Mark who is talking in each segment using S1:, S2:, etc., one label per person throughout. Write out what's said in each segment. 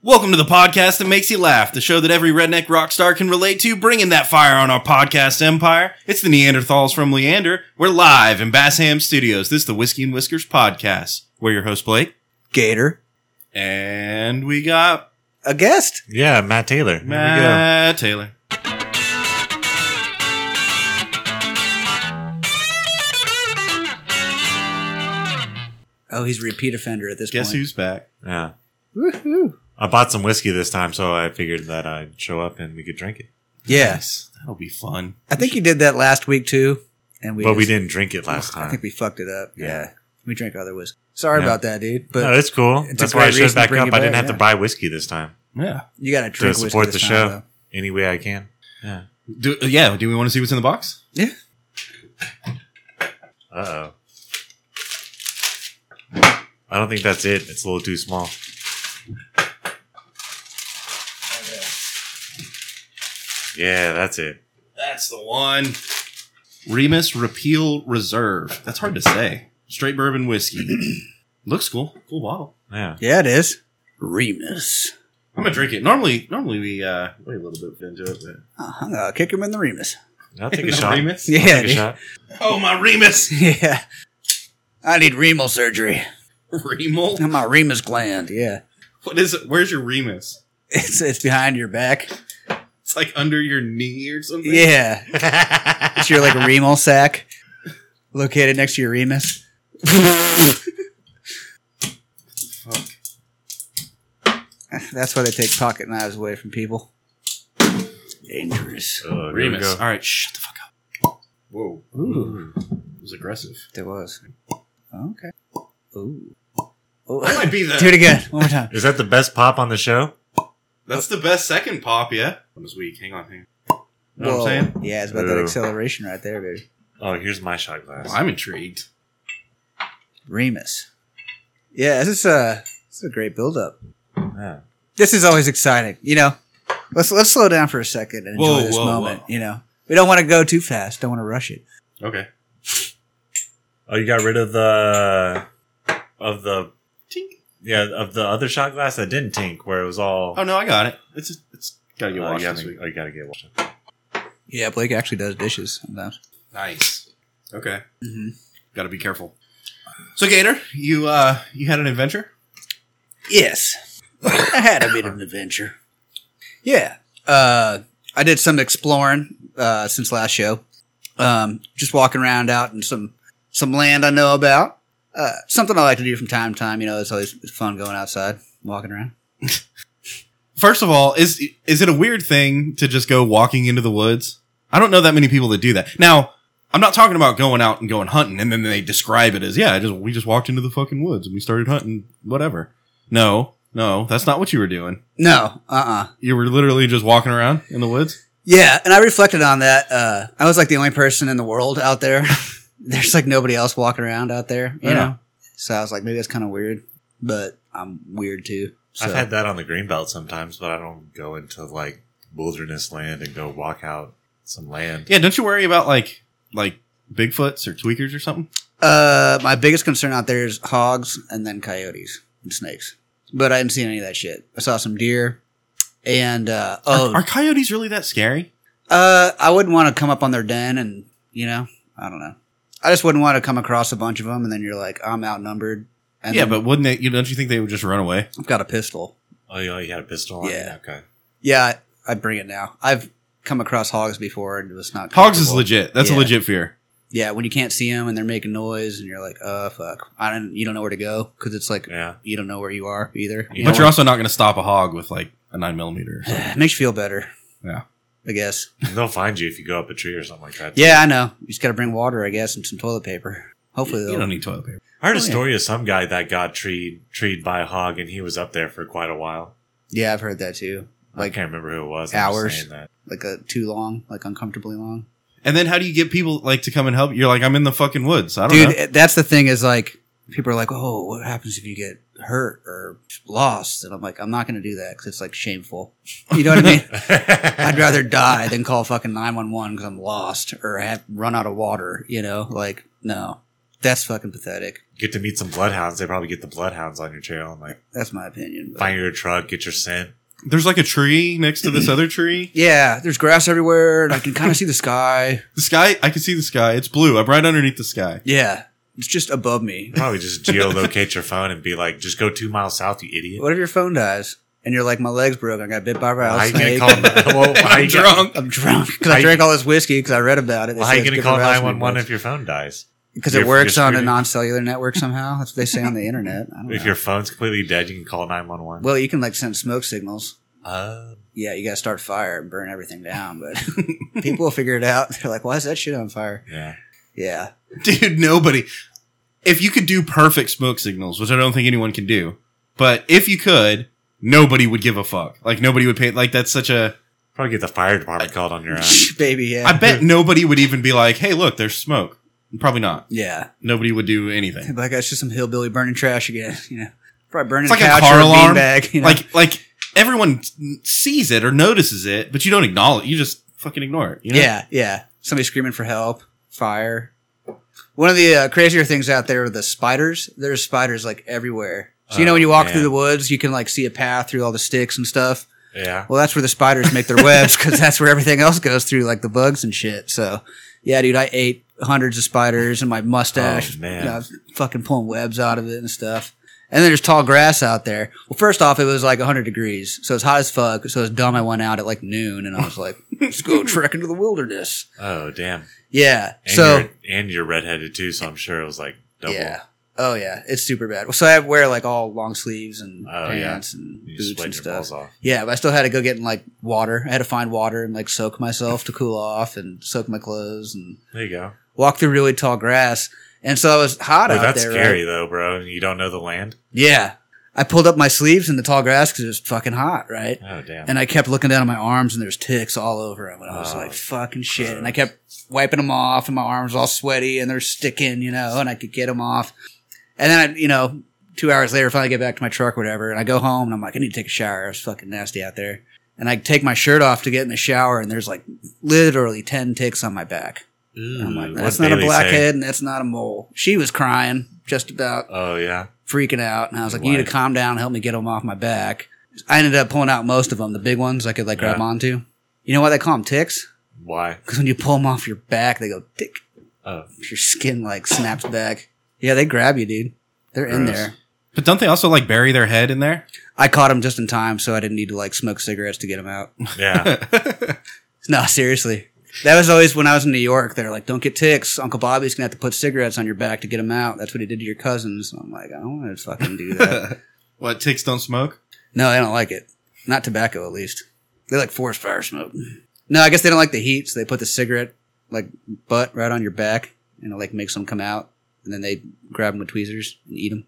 S1: Welcome to the podcast that makes you laugh, the show that every redneck rock star can relate to, bringing that fire on our podcast empire. It's the Neanderthals from Leander. We're live in Bass Ham Studios. This is the Whiskey and Whiskers podcast. We're your host, Blake.
S2: Gator,
S1: And we got
S2: a guest.
S3: Yeah, Matt Taylor. There we go.
S1: Matt Taylor.
S2: Oh, he's a repeat offender at this
S1: Guess
S2: point.
S1: who's back?
S3: Yeah.
S2: Guess who's? Woohoo!
S3: I bought some whiskey this time, so I figured that I'd show up and we could drink it.
S2: Yeah,
S1: That'll be fun.
S2: I think you did that last week too, and we.
S3: but we
S2: just-
S3: didn't drink it last
S2: I
S3: time.
S2: think we fucked it up.
S3: Yeah.
S2: we drank other whiskey. Sorry
S3: Yeah.
S2: about that, dude. But
S3: no, it's cool.
S2: it's a
S3: That's why I
S2: great
S3: showed
S2: reason to
S3: back
S2: bring
S3: up.
S2: it
S3: I didn't
S2: back,
S3: have
S2: yeah.
S3: to buy whiskey this time
S1: Yeah.
S2: you got to drink
S3: to
S2: whiskey
S3: support
S2: this
S3: the
S2: time,
S3: show
S2: though.
S3: any way I can. Yeah.
S1: Do, yeah. Do we want to see what's in the box?
S3: Uh oh. I don't think that's it. It's a little too small. Yeah, that's it.
S1: That's the one. Remus Repeal Reserve. That's hard to say. Straight bourbon whiskey. Looks cool. Cool bottle.
S3: Yeah.
S2: Yeah, it is. Remus.
S1: I'm gonna drink it. Normally, normally we uh, wait a little bit into it, but
S2: Uh-huh. I'll kick him in the Remus.
S3: I'll take a
S1: No
S3: shot.
S1: Remus?
S2: Yeah,
S3: Take a
S2: dude.
S3: shot.
S1: Oh my Remus,
S2: yeah. I need renal surgery.
S1: Remal.
S2: My Remus gland. Yeah,
S1: What is it? Where's your Remus?
S2: it's it's behind your back.
S1: It's like under your knee or something.
S2: Yeah, it's your like renal sac located next to your Remus.
S1: Fuck.
S2: That's why they take pocket knives away from people. Dangerous.
S3: Oh, here we
S1: Remus.
S3: go.
S1: All right, shut the fuck up. Whoa, it was aggressive.
S2: There was. Okay. Ooh. Ooh.
S1: That might be
S2: Do it
S1: the
S2: again. One more time.
S3: Is that the best pop on the show?
S1: that's the best second pop, yeah. That was weak. Hang on, hang on. You know
S2: Whoa.
S1: what I'm saying?
S2: Yeah, it's about that
S3: Ooh.
S2: acceleration right there, baby.
S3: Oh, here's my shot glass.
S1: Well, I'm intrigued.
S2: Remus. Yeah, this is a this is a great build up.
S3: Yeah.
S2: This is always exciting, you know. Let's let's slow down for a second and enjoy
S1: Whoa,
S2: this
S1: whoa,
S2: moment.
S1: whoa.
S2: You know, we don't want to go too fast. Don't want to rush it.
S1: Okay.
S3: Oh, you got rid of the of the
S1: Tink.
S3: yeah of the other shot glass that didn't tink, where it was all.
S1: Oh no, I got it. It's it's gotta get
S3: Oh,
S1: washed
S3: you,
S1: this
S3: gotta,
S1: week.
S3: oh, you gotta get washed.
S2: Yeah, Blake actually does dishes sometimes.
S1: Nice. Okay.
S2: Mm-hmm.
S1: Gotta be careful. So Gator, you uh you had an adventure?
S2: Yes. I had a bit of an adventure. Yeah. Uh, I did some exploring uh, since last show. Um, just walking around out in some some land I know about. Uh, something I like to do from time to time. You know, it's always fun going outside, walking around.
S1: First of all, is is it a weird thing to just go walking into the woods? I don't know that many people that do that. Now, I'm not talking about going out and going hunting and then they describe it as, yeah, I just we just walked into the fucking woods and we started hunting whatever. No, no, that's not what you were doing.
S2: No, uh uh
S1: You were literally just walking around in the woods.
S2: Yeah, and I reflected on that. Uh, I was like the only person in the world out there. There's like nobody else walking around out there, you
S1: Yeah.
S2: know? So I was like, maybe that's kind of weird, but I'm weird too. So.
S3: I've had that on the greenbelt sometimes, but I don't go into like wilderness land and go walk out some land.
S1: Yeah, don't you worry about like like Bigfoots or tweakers or something?
S2: Uh, my biggest concern out there is hogs and then coyotes and snakes. But I didn't see any of that shit. I saw some deer, and uh, oh,
S1: Are, are coyotes really that scary?
S2: uh, I wouldn't want to come up on their den, and you know, I don't know. I just wouldn't want to come across a bunch of them, and then you're like, I'm outnumbered. And
S1: yeah,
S2: then
S1: but wouldn't they you don't you think they would just run away?
S2: I've got a pistol.
S3: Oh, you, you had a pistol on?
S2: Yeah.
S3: Okay.
S2: Yeah, I, I bring it now. I've come across hogs before, and it was not
S1: Hogs is
S2: comfortable.
S1: legit. That's a
S2: Yeah.
S1: legit fear.
S2: Yeah, when you can't see them and they're making noise, and you're like, oh fuck, I don't. You don't know where to go because it's like
S3: Yeah.
S2: you don't know where you are either.
S3: You
S1: but
S3: know
S1: you're also not going to stop a hog with like a nine millimeter.
S2: it makes you feel better.
S1: Yeah.
S2: I guess.
S3: And they'll find you if you go up a tree or something like that.
S2: Yeah, I know. You just got to bring water, I guess, and some toilet paper. Hopefully,
S1: You
S2: they'll.
S1: don't need toilet paper.
S3: I heard a
S1: Oh, yeah.
S3: story of some guy that got treed treed by a hog, and he was up there for quite a while.
S2: yeah, I've heard that too.
S3: I
S2: Like
S3: can't remember who it was. I'm just
S2: hours.
S3: saying that.
S2: like a too long, like uncomfortably long.
S1: And then how do you get people like to come and help? you? You're like, I'm in the fucking woods. I don't
S2: Dude, eh,
S1: know.
S2: that's the thing is like people are like, oh, what happens if you get hurt or lost? And I'm like, I'm not going to do that because it's like shameful. You know what I mean? I'd rather die than call fucking 911 because I'm lost or I have run out of water, you know? Like, no. That's fucking pathetic.
S3: get to meet some bloodhounds. They probably get the bloodhounds on your trail and like
S2: That's my opinion. but-
S3: find your truck, get your scent.
S1: There's like a tree next to this other tree.
S2: Yeah, there's grass everywhere, and I can kind of see the sky.
S1: The sky, I can see the sky. It's blue. I'm right underneath the sky.
S2: Yeah, it's just above me.
S3: Probably just geolocate your phone and be like, just go two miles south, you idiot.
S2: What if your phone dies and you're like, my leg's broke. I got bit by a
S3: How you
S2: rattlesnake.
S3: gonna call? Well, how you gonna-
S1: Drunk.
S2: I'm drunk because I
S3: How-
S2: drank all this whiskey because I read about it.
S3: well, how you gonna call nine one one if your phone dies?
S2: because
S3: you're-
S2: it works
S3: you're
S2: on a
S3: screwed?
S2: non-cellular network somehow. That's what they say on the internet. I don't
S3: If
S2: know.
S3: your phone's completely dead, you can call nine one one.
S2: Well, you can like send smoke signals.
S3: Uh,
S2: Yeah, you got to start fire and burn everything down, but people will figure it out. They're like, why is that shit on fire?
S3: yeah.
S2: Yeah.
S1: Dude, nobody. If you could do perfect smoke signals, which I don't think anyone can do, but if you could, nobody would give a fuck. Like nobody would pay. Like that's such a.
S3: Probably get the fire department called on your ass.
S2: Baby, yeah.
S1: I bet nobody would even be like, "Hey, look, there's smoke." Probably not.
S2: Yeah.
S1: Nobody would do anything.
S2: Like, that's just some hillbilly burning trash again, you know. Probably burning
S1: It's like
S2: a
S1: a
S2: couch
S1: car
S2: or a
S1: alarm.
S2: beanbag, you know?
S1: Like, like everyone sees it or notices it, but you don't acknowledge. You just fucking ignore it. You know?
S2: Yeah, yeah. Somebody screaming for help, fire. One of the uh, crazier things out there are the spiders. There's spiders like everywhere. So you know
S3: Oh,
S2: when you walk
S3: man.
S2: through the woods, you can like see a path through all the sticks and stuff.
S3: Yeah.
S2: Well, that's where the spiders make their webs because that's where everything else goes through, like the bugs and shit. So, yeah, dude, I ate hundreds of spiders and my mustache.
S3: Oh, man.
S2: you know, I was fucking pulling webs out of it and stuff. And then there's tall grass out there. Well, first off, it was like 100 degrees. So it's hot as fuck. So it's dumb. I went out at like noon and I was like, let's go trek into the wilderness.
S3: Oh damn.
S2: Yeah.
S3: And
S2: so,
S3: you're, and you're redheaded too, so I'm sure it was like double.
S2: yeah. Oh, yeah. It's super bad. So I wear like all long sleeves and
S3: Oh, yeah.
S2: pants and
S3: You
S2: boots and
S3: split your
S2: stuff.
S3: balls off.
S2: Yeah, but I still had to go get in like water. I had to find water and like soak myself to cool off and soak my clothes and
S3: There you go.
S2: walk through really tall grass. And so I was hot
S3: Well,
S2: out
S3: that's
S2: there. right?
S3: scary though, bro. You don't know the land.
S2: Yeah. I pulled up my sleeves in the tall grass because it was fucking hot, right?
S3: Oh damn.
S2: And I kept looking down at my arms and there's ticks all over them. And I was
S3: Oh,
S2: like, fucking shit. And I
S3: gross.
S2: kept wiping them off and my arms all sweaty and they're sticking, you know, and I could get them off. And then I, you know, two hours later, finally get back to my truck or whatever. And I go home and I'm like, I need to take a shower. It's fucking nasty out there. And I take my shirt off to get in the shower and there's like literally 10 ticks on my back.
S3: Ooh,
S2: And I'm like,
S3: what'd
S2: that's not a
S3: Mm, Bailey say?
S2: blackhead and that's not a mole. She was crying just about
S3: Oh yeah.
S2: freaking out, and I was
S3: Your
S2: like, "You need to
S3: wife.
S2: calm down, help me get them off my back." I ended up pulling out most of them, the big ones I could like grab
S3: Yeah.
S2: onto. You know why they call them ticks?
S3: Why?
S2: Because when you pull them off your back, they go tick.
S3: Oh,
S2: Your skin like snaps back. Yeah, they grab you, dude. They're in
S3: Gross.
S2: there.
S1: But don't they also like bury their head in there?
S2: I caught them just in time, so I didn't need to like smoke cigarettes to get them out.
S3: yeah.
S2: no, seriously. That was always when I was in New York. They're like, "Don't get ticks. Uncle Bobby's gonna have to put cigarettes on your back to get them out." That's what he did to your cousins. I'm like, I don't want to fucking do that.
S1: what ticks don't smoke?
S2: No, they don't like it. Not tobacco, at least. They like forest fire smoke. No, I guess they don't like the heat, so they put the cigarette like butt right on your back, and it like makes them come out, and then they grab them with tweezers and eat them.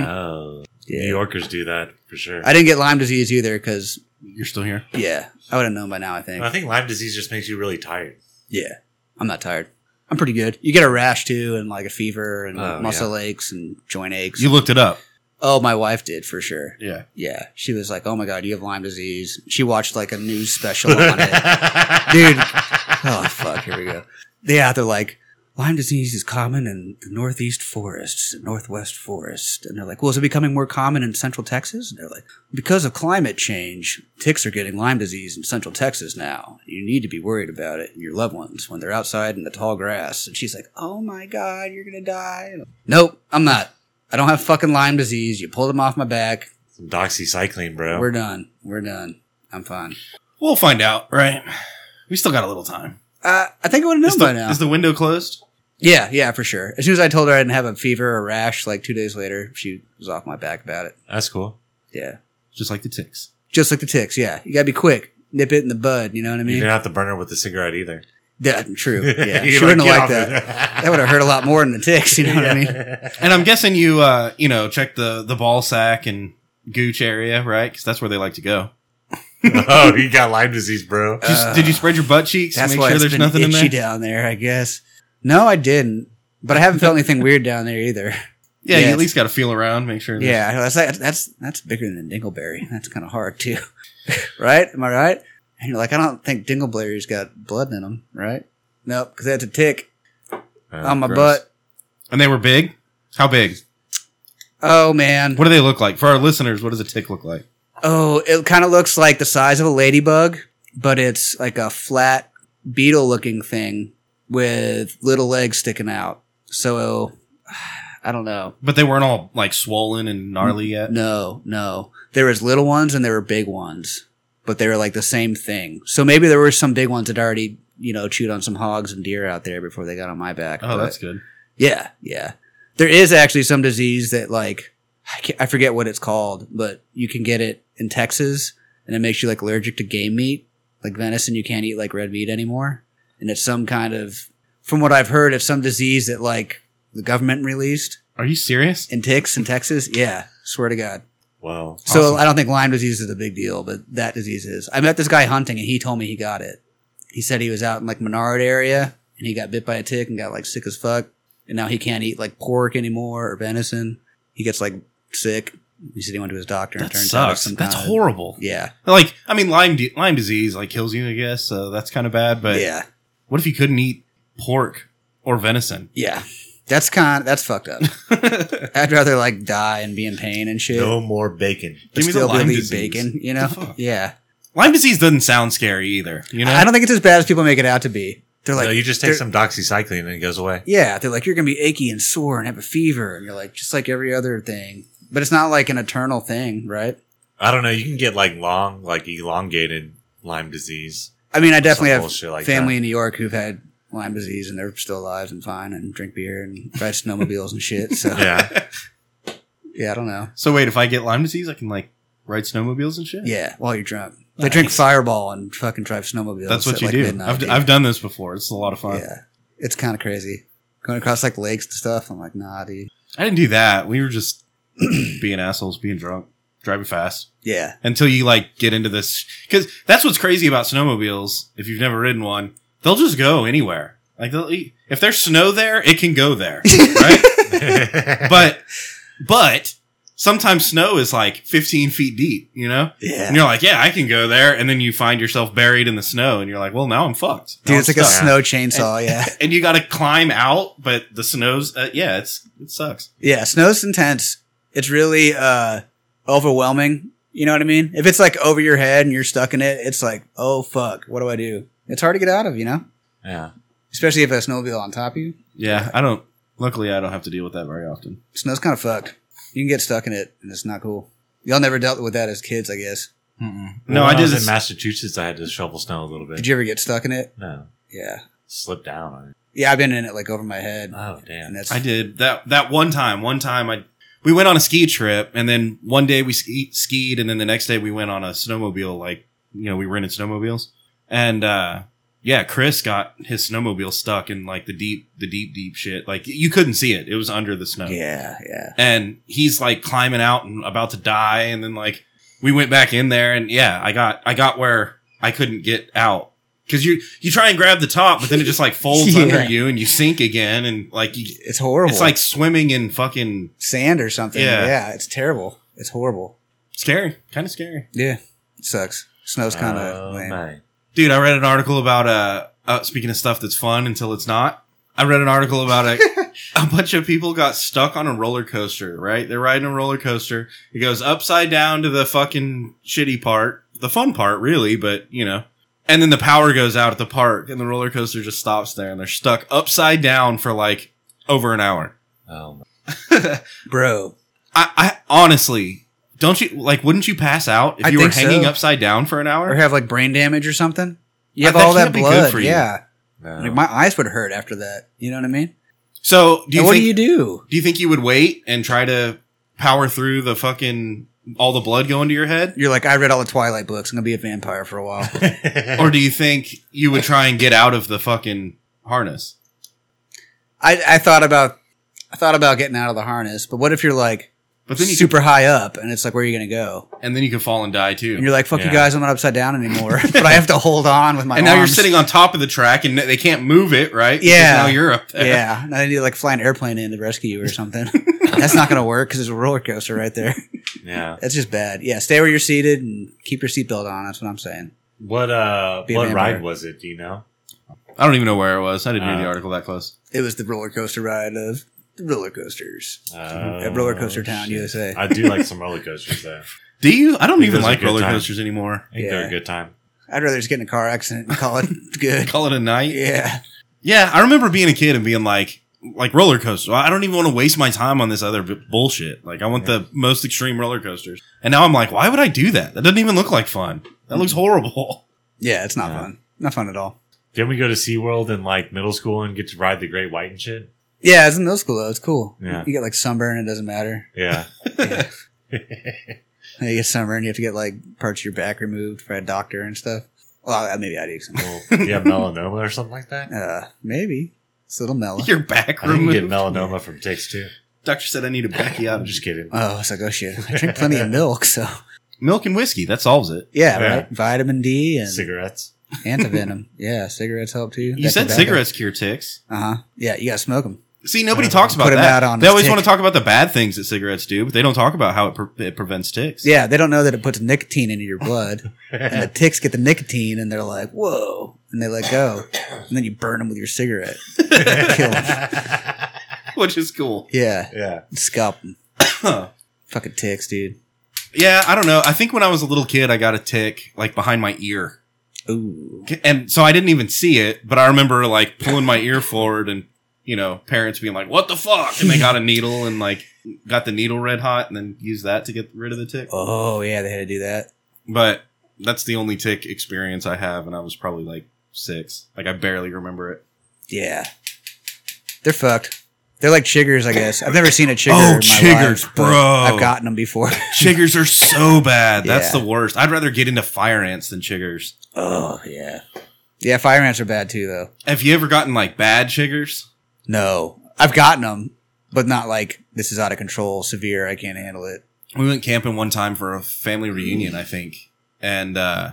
S3: oh, New Yorkers do that for sure.
S2: I didn't get Lyme disease either, because
S1: You're still here.
S2: yeah, I would have known by now. I think.
S3: I think Lyme disease just makes you really tired.
S2: Yeah, I'm not tired. I'm pretty good. You get a rash too, and like a fever, and
S3: Oh,
S2: muscle aches, and joint aches.
S1: You looked it up.
S2: oh, my wife did for sure.
S1: Yeah.
S2: Yeah, she was like, "Oh my god, you have Lyme disease." She watched like a news special on it. Dude. oh fuck, here we go. Yeah, they're like Lyme disease is common in the northeast forests, and northwest forests, and they're like, well, is it becoming more common in central Texas? And they're like, because of climate change, ticks are getting Lyme disease in central Texas now. You need to be worried about it and your loved ones when they're outside in the tall grass. And she's like, oh my god, you're gonna die. And I'm, nope, I'm not. I don't have fucking Lyme disease. You pulled them off my back.
S3: Some doxycycline, bro.
S2: We're done. We're done. I'm fine.
S1: We'll find out, right? We still got a little time.
S2: Uh, I think I would have known
S1: Is
S2: by
S1: the,
S2: now.
S1: is the window closed?
S2: Yeah, yeah, for sure. As soon as I told her I didn't have a fever or rash, like two days later, she was off my back about it.
S3: That's cool.
S2: Yeah.
S1: Just like the ticks.
S2: Just like the ticks, yeah. You gotta be quick. Nip it in the bud, you know what I
S3: you
S2: mean?
S3: didn't have to burn her with the cigarette either.
S2: Yeah, true. Yeah.
S3: You
S2: she wouldn't
S3: get
S2: have liked
S3: off
S2: that.
S3: it.
S2: That would have hurt a lot more than the ticks, you know what I mean?
S1: And I'm guessing you, uh, you know, check the the ball sack and gooch area, right? Because that's where they like to go.
S3: mean? oh, you got Lyme disease, bro.
S1: Did you,
S2: Uh,
S1: did you spread your butt cheeks and
S2: That's
S1: make
S2: why
S1: sure
S2: it's
S1: there's
S2: been
S1: nothing in
S2: itchy
S1: there?
S2: down there, I guess. No, I didn't. But I haven't felt anything weird down there either.
S1: Yeah,
S2: Yeah.
S1: you at least got to feel around, make sure. there's-
S2: Yeah, that's that's that's bigger than Dingleberry. That's kind of hard too, right? Am I right? And you're like, I don't think Dingleberry's got blood in them, right? Nope, because that's a tick.
S3: Oh,
S2: on my
S1: gross.
S2: butt.
S1: And they were big. How big?
S2: Oh man.
S1: What do they look like? For our listeners, what does a tick look like?
S2: Oh, it kind of looks like the size of a ladybug, but it's like a flat beetle looking thing with little legs sticking out. So I don't know.
S1: But they weren't all like swollen and gnarly yet.
S2: No, no. There was little ones and there were big ones, but they were like the same thing. So maybe there were some big ones that already, you know, chewed on some hogs and deer out there before they got on my back.
S1: Oh,
S2: but-
S1: that's good.
S2: yeah, yeah. There is actually some disease that like I, can't, I forget what it's called, but you can get it in Texas, and it makes you like allergic to game meat, like venison. You can't eat like red meat anymore, and it's some kind of, from what I've heard, it's some disease that like the government released
S1: Are you serious?
S2: in ticks in Texas. Yeah, swear to God.
S3: Wow.
S2: So
S1: Awesome.
S2: I don't think Lyme disease is a big deal, but that disease is. I met this guy hunting, and he told me he got it. He said he was out in like Menard area, and he got bit by a tick and got like sick as fuck, and now he can't eat like pork anymore or venison. He gets like sick. He said he went to his doctor and
S1: That
S2: turns out it's
S1: sucks.
S2: some
S1: That's
S2: kind of-
S1: horrible.
S2: Yeah,
S1: Like, I mean, Lyme di- Lyme disease like kills you, I guess. So that's kind of bad. But
S2: yeah,
S1: what if you couldn't eat pork or venison?
S2: yeah. That's kind. That's fucked up.
S1: Give
S2: I'd rather like die and be in pain and shit.
S3: No more bacon.
S2: but
S1: me the
S2: still be
S1: Lyme
S2: able to eat
S1: disease.
S2: bacon, you
S1: The
S2: know?
S1: fuck?
S2: Yeah.
S1: Lyme disease doesn't sound scary either. You know,
S2: I don't think it's as bad as people make it out to be. They're like,
S3: no, you just take
S2: they're-
S3: some doxycycline and it goes away.
S2: Yeah, they're like, you're going to be achy and sore and have a fever. And you're like, just like every other thing. But it's not like an eternal thing, right?
S3: I don't know. You can get like long, like elongated Lyme disease.
S2: I mean, I definitely
S3: Some
S2: have
S3: bullshit like
S2: family
S3: that.
S2: in New York who've had Lyme disease and they're still alive and fine and drink beer and ride snowmobiles and shit. So, yeah.
S3: Yeah.
S2: I don't know.
S1: so wait, if I get Lyme disease, I can like ride snowmobiles and shit.
S2: Yeah, while you're drunk. They drink
S1: Nice.
S2: Fireball and fucking drive snowmobiles.
S1: that's what
S2: at,
S1: you
S2: like,
S1: do.
S2: midnight.
S1: I've, d- I've done this before. It's a lot of fun.
S2: Yeah, it's kind of crazy. Going across like lakes and stuff. I'm like, nah, dude.
S1: I didn't do that. We were just being assholes, being drunk, driving fast
S2: Yeah.
S1: until you like get into this. Because that's what's crazy about snowmobiles. If you've never ridden one, they'll just go anywhere. Like they'll, e, if there's snow there, it can go there, right? but but sometimes snow is like 15 feet deep, you know.
S2: Yeah.
S1: And you're like, yeah, I can go there, and then you find yourself buried in the snow, and you're like, well, now I'm fucked. Now
S2: Dude,
S1: I'm
S2: it's like
S1: stuck.
S2: a snow chainsaw. yeah.
S1: and you got to climb out, but the snow's uh, yeah, it's it sucks.
S2: Yeah, snow's intense. It's really uh overwhelming. You know what I mean? If it's like over your head and you're stuck in it, it's like, oh fuck, what do I do? It's hard to get out of, you know?
S3: yeah.
S2: Especially if a snowmobile on top of you.
S1: Yeah, I don't. Luckily, I don't have to deal with that very often.
S2: Snow's kind of fucked. You can get stuck in it, and it's not cool. Y'all never dealt with that as kids, I guess.
S1: No,
S3: When
S1: I did
S3: was
S1: this.
S3: in Massachusetts. I had to shovel snow a little bit.
S2: Did you ever get stuck in it?
S3: no,
S2: Yeah.
S3: slipped down on it.
S2: Yeah, I've been in it like over my head.
S3: Oh
S2: And
S3: damn!
S2: that's
S1: I did that that one time. One time, I we went on a ski trip, and then one day we ski, skied, and then the next day we went on a snowmobile. Like you know, we rented snowmobiles, and uh, yeah, Chris got his snowmobile stuck in like the deep, the deep, deep shit. Like you couldn't see it; it was under the snow.
S2: Yeah, yeah.
S1: and he's like climbing out and about to die and then like we went back in there and yeah i got i got where i couldn't get out because you you try and grab the top but then it just like folds
S2: Yeah.
S1: under you and you sink again and like you,
S2: It's horrible.
S1: it's like swimming in fucking
S2: sand or something.
S1: Yeah.
S2: yeah it's terrible. It's horrible.
S1: scary kind of scary
S2: Yeah. It sucks. Snow's kind of
S3: Oh,
S2: lame.
S3: man.
S1: dude i read an article about uh, uh speaking of stuff that's fun until it's not i read an article about a a bunch of people got stuck on a roller coaster right they're riding a roller coaster it goes upside down to the fucking shitty part the fun part really but you know and then the power goes out at the park and the roller coaster just stops there and they're stuck upside down for like over an hour
S3: Oh, man.
S2: Bro,
S1: i, I honestly don't you like wouldn't you pass out if
S2: I
S1: you were
S2: think
S1: hanging
S2: so.
S1: upside down for an hour
S2: or have like brain damage or something. You
S1: Uh,
S2: have
S1: that
S2: all that
S1: can't be good
S2: blood.
S1: for you.
S2: yeah,
S3: No.
S2: like my eyes would hurt after that. You know what I mean?
S1: so do you
S2: And what
S1: think
S2: do you do?
S1: Do you think you would wait and try to power through the fucking all the blood going to your head?
S2: You're like, I read all the Twilight books. I'm gonna be a vampire for a while.
S1: Or do you think you would try and get out of the fucking harness?
S2: I, I thought about, I thought about getting out of the harness. But what if you're like
S1: But then you
S2: super high up and it's like, where are you gonna go?
S1: could, and then you could fall and die too.
S2: And you're like, fuck you
S3: Yeah.
S2: guys, I'm not upside down anymore. but I have to hold on with my.
S1: and now you're
S2: arms.
S1: sitting on top of the track and they can't move it, right? Because
S2: Yeah.
S1: Now you're up there.
S2: Yeah, now they need to like fly an airplane in to rescue you or something. That's not gonna work because there's a roller coaster right there.
S3: yeah.
S2: That's just bad. Yeah, stay where you're seated and keep your seatbelt on. That's what I'm saying.
S3: What uh?
S2: Be a
S3: what
S2: vampire.
S3: ride was it? Do you know?
S1: I don't even know where it was. I didn't read the
S3: Uh,
S1: article that close.
S2: It was the roller coaster ride of the roller coasters
S3: Uh,
S2: at Roller Coaster Town,
S3: shit.
S2: USA.
S3: I do like some roller coasters there.
S1: Do you? I don't
S3: Think
S1: even
S3: those are
S1: like
S3: good
S1: roller
S3: times.
S1: coasters anymore.
S3: I think they're
S2: Yeah.
S3: a good time.
S2: I'd rather just get in a car accident and call it good.
S1: Call it a night.
S2: Yeah.
S1: Yeah, I remember being a kid and being like, like roller coasters. I don't even want to waste my time on this other b- bullshit. Like, I want the most extreme roller coasters. And now I'm like, why would I do that? That doesn't even look like fun. That looks horrible.
S2: Yeah, it's not
S3: Yeah.
S2: fun. Not fun at all.
S3: Didn't we go to SeaWorld in like middle school and get to ride the Great White and shit?
S2: Yeah, it's in middle school though. It's cool.
S3: Yeah.
S2: You get like sunburn, it doesn't matter.
S3: Yeah.
S2: Yeah. you get sunburn, you have to get like parts of your back removed by a doctor and stuff. Well, I- maybe I do some.
S3: well, do you have melanoma or something like that?
S2: Uh, maybe. It's a little mellow.
S1: Your back
S3: I didn't get
S1: removed.
S3: melanoma from Takes Two.
S1: Doctor said I need to back you out.
S3: I'm
S1: Just
S3: just kidding.
S2: Oh, it's like, oh shit. I drink plenty of milk, so.
S1: milk and whiskey. That solves it.
S2: Yeah,
S3: Yeah.
S2: right. Vitamin D and
S3: Cigarettes.
S2: antivenom. yeah, cigarettes help too.
S1: You said cigarettes cure ticks.
S2: Uh huh. Yeah, you gotta smoke them.
S1: See, nobody
S3: Yeah.
S1: talks
S2: Put
S1: about
S2: 'em
S1: that.
S2: out on
S1: they
S2: a
S1: always
S2: tick.
S1: want to talk about the bad things that cigarettes do, but they don't talk about how it, pre- it prevents ticks.
S2: Yeah, they don't know that it puts nicotine into your blood, and the ticks get the nicotine, and they're like, "Whoa!" and they let go, and then you burn them with your cigarette. Kill 'em.
S1: which is cool.
S2: Yeah,
S3: yeah.
S2: scalp them. Fucking ticks, dude.
S1: Yeah, I don't know. I think when I was a little kid, I got a tick like behind my ear.
S2: Ooh,
S1: and so I didn't even see it, but I remember like pulling my ear forward and you know parents being like, "What the fuck?" and they got a needle and like got the needle red hot and then used that to get rid of the tick.
S2: oh yeah, they had to do that.
S1: But that's the only tick experience I have, and I was probably like six. Like I barely remember it.
S2: Yeah, they're fucked. They're like chiggers, I guess. I've never seen a chigger.
S1: Oh,
S2: in my
S1: chiggers,
S2: life, but
S1: bro.
S2: I've gotten them before.
S1: Chiggers are so bad. That's
S2: Yeah.
S1: the worst. I'd rather get into fire ants than chiggers.
S2: oh yeah, yeah. Fire ants are bad too, though.
S1: Have you ever gotten like bad chiggers?
S2: No, I've gotten them, but not like this is out of control, severe. I can't handle it.
S1: we went camping one time for a family reunion, I think, and uh,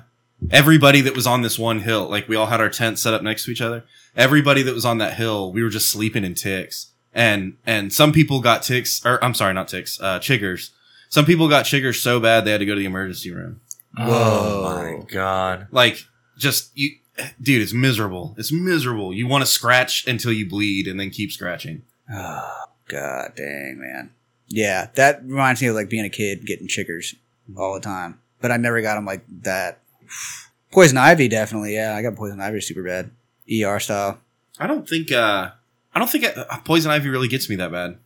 S1: everybody that was on this one hill, like we all had our tents set up next to each other. Everybody that was on that hill, we were just sleeping in ticks, and and some people got ticks, or I'm sorry, not ticks, uh, chiggers. Some people got chiggers so bad they had to go to the emergency room.
S3: Oh
S2: Whoa.
S3: my god.
S1: Like, just you, dude, it's miserable. It's miserable. You want to scratch until you bleed, and then keep scratching.
S2: Oh, God dang, man. Yeah, that reminds me of like being a kid getting chiggers all the time, but I never got them like that. Poison ivy, definitely. Yeah, I got poison ivy super bad. ER style.
S1: I don't think uh I don't think uh poison ivy really gets me that bad.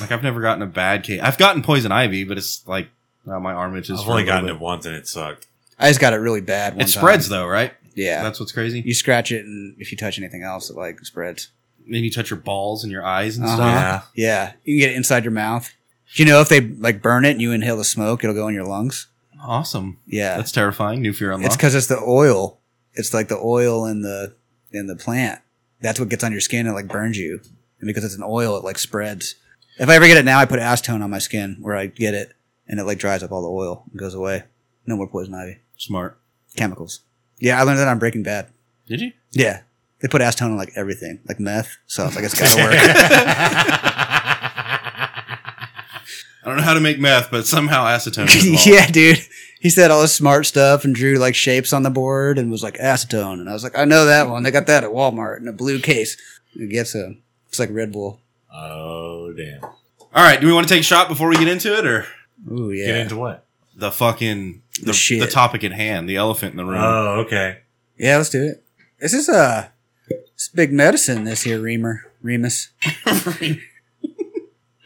S1: Like I've never gotten a bad case. I've gotten poison ivy, but it's like uh, my arm itches.
S3: I've
S1: for a
S3: only
S1: little
S3: gotten
S1: bit.
S3: it once and it sucked.
S2: I just got it really bad. One
S1: It
S2: time.
S1: spreads though, right?
S2: Yeah,
S1: That's what's crazy.
S2: you scratch it, and if you touch anything else, it like spreads.
S1: Then you touch your balls and your eyes and
S2: Uh-huh.
S1: stuff.
S3: Yeah.
S2: Yeah, you can get it inside your mouth. Do you know if they like burn it and you inhale the smoke, it'll go in your lungs?
S1: Awesome.
S2: Yeah,
S1: That's terrifying. New fear
S2: It's
S1: unlocked.
S2: because it's the oil. It's like the oil in the in the plant. That's what gets on your skin and like burns you. And because it's an oil, it like spreads. If I ever get it now, I put acetone on my skin where I get it, and it like dries up all the oil and goes away. No more poison ivy
S1: Smart.
S2: chemicals. Yeah, I learned that on Breaking Bad.
S1: Did you?
S2: Yeah, they put acetone on like everything, like meth. So it's like it's gotta work.
S1: I don't know how to make meth, but somehow acetone. is involved.
S2: yeah, dude. He said all this smart stuff and drew like shapes on the board and was like acetone. And I was like, I know that one. They got that at Walmart in a blue case. It gets a, it's like Red Bull.
S3: oh damn.
S1: All right. Do we want to take a shot before we get into it, or
S2: Ooh, yeah.
S3: Get into what?
S1: the fucking the,
S2: Shit.
S1: the topic at hand, the elephant in the room?
S3: Oh, okay.
S2: yeah, let's do it. This is uh, it's big medicine, this here, Reamer. Remus.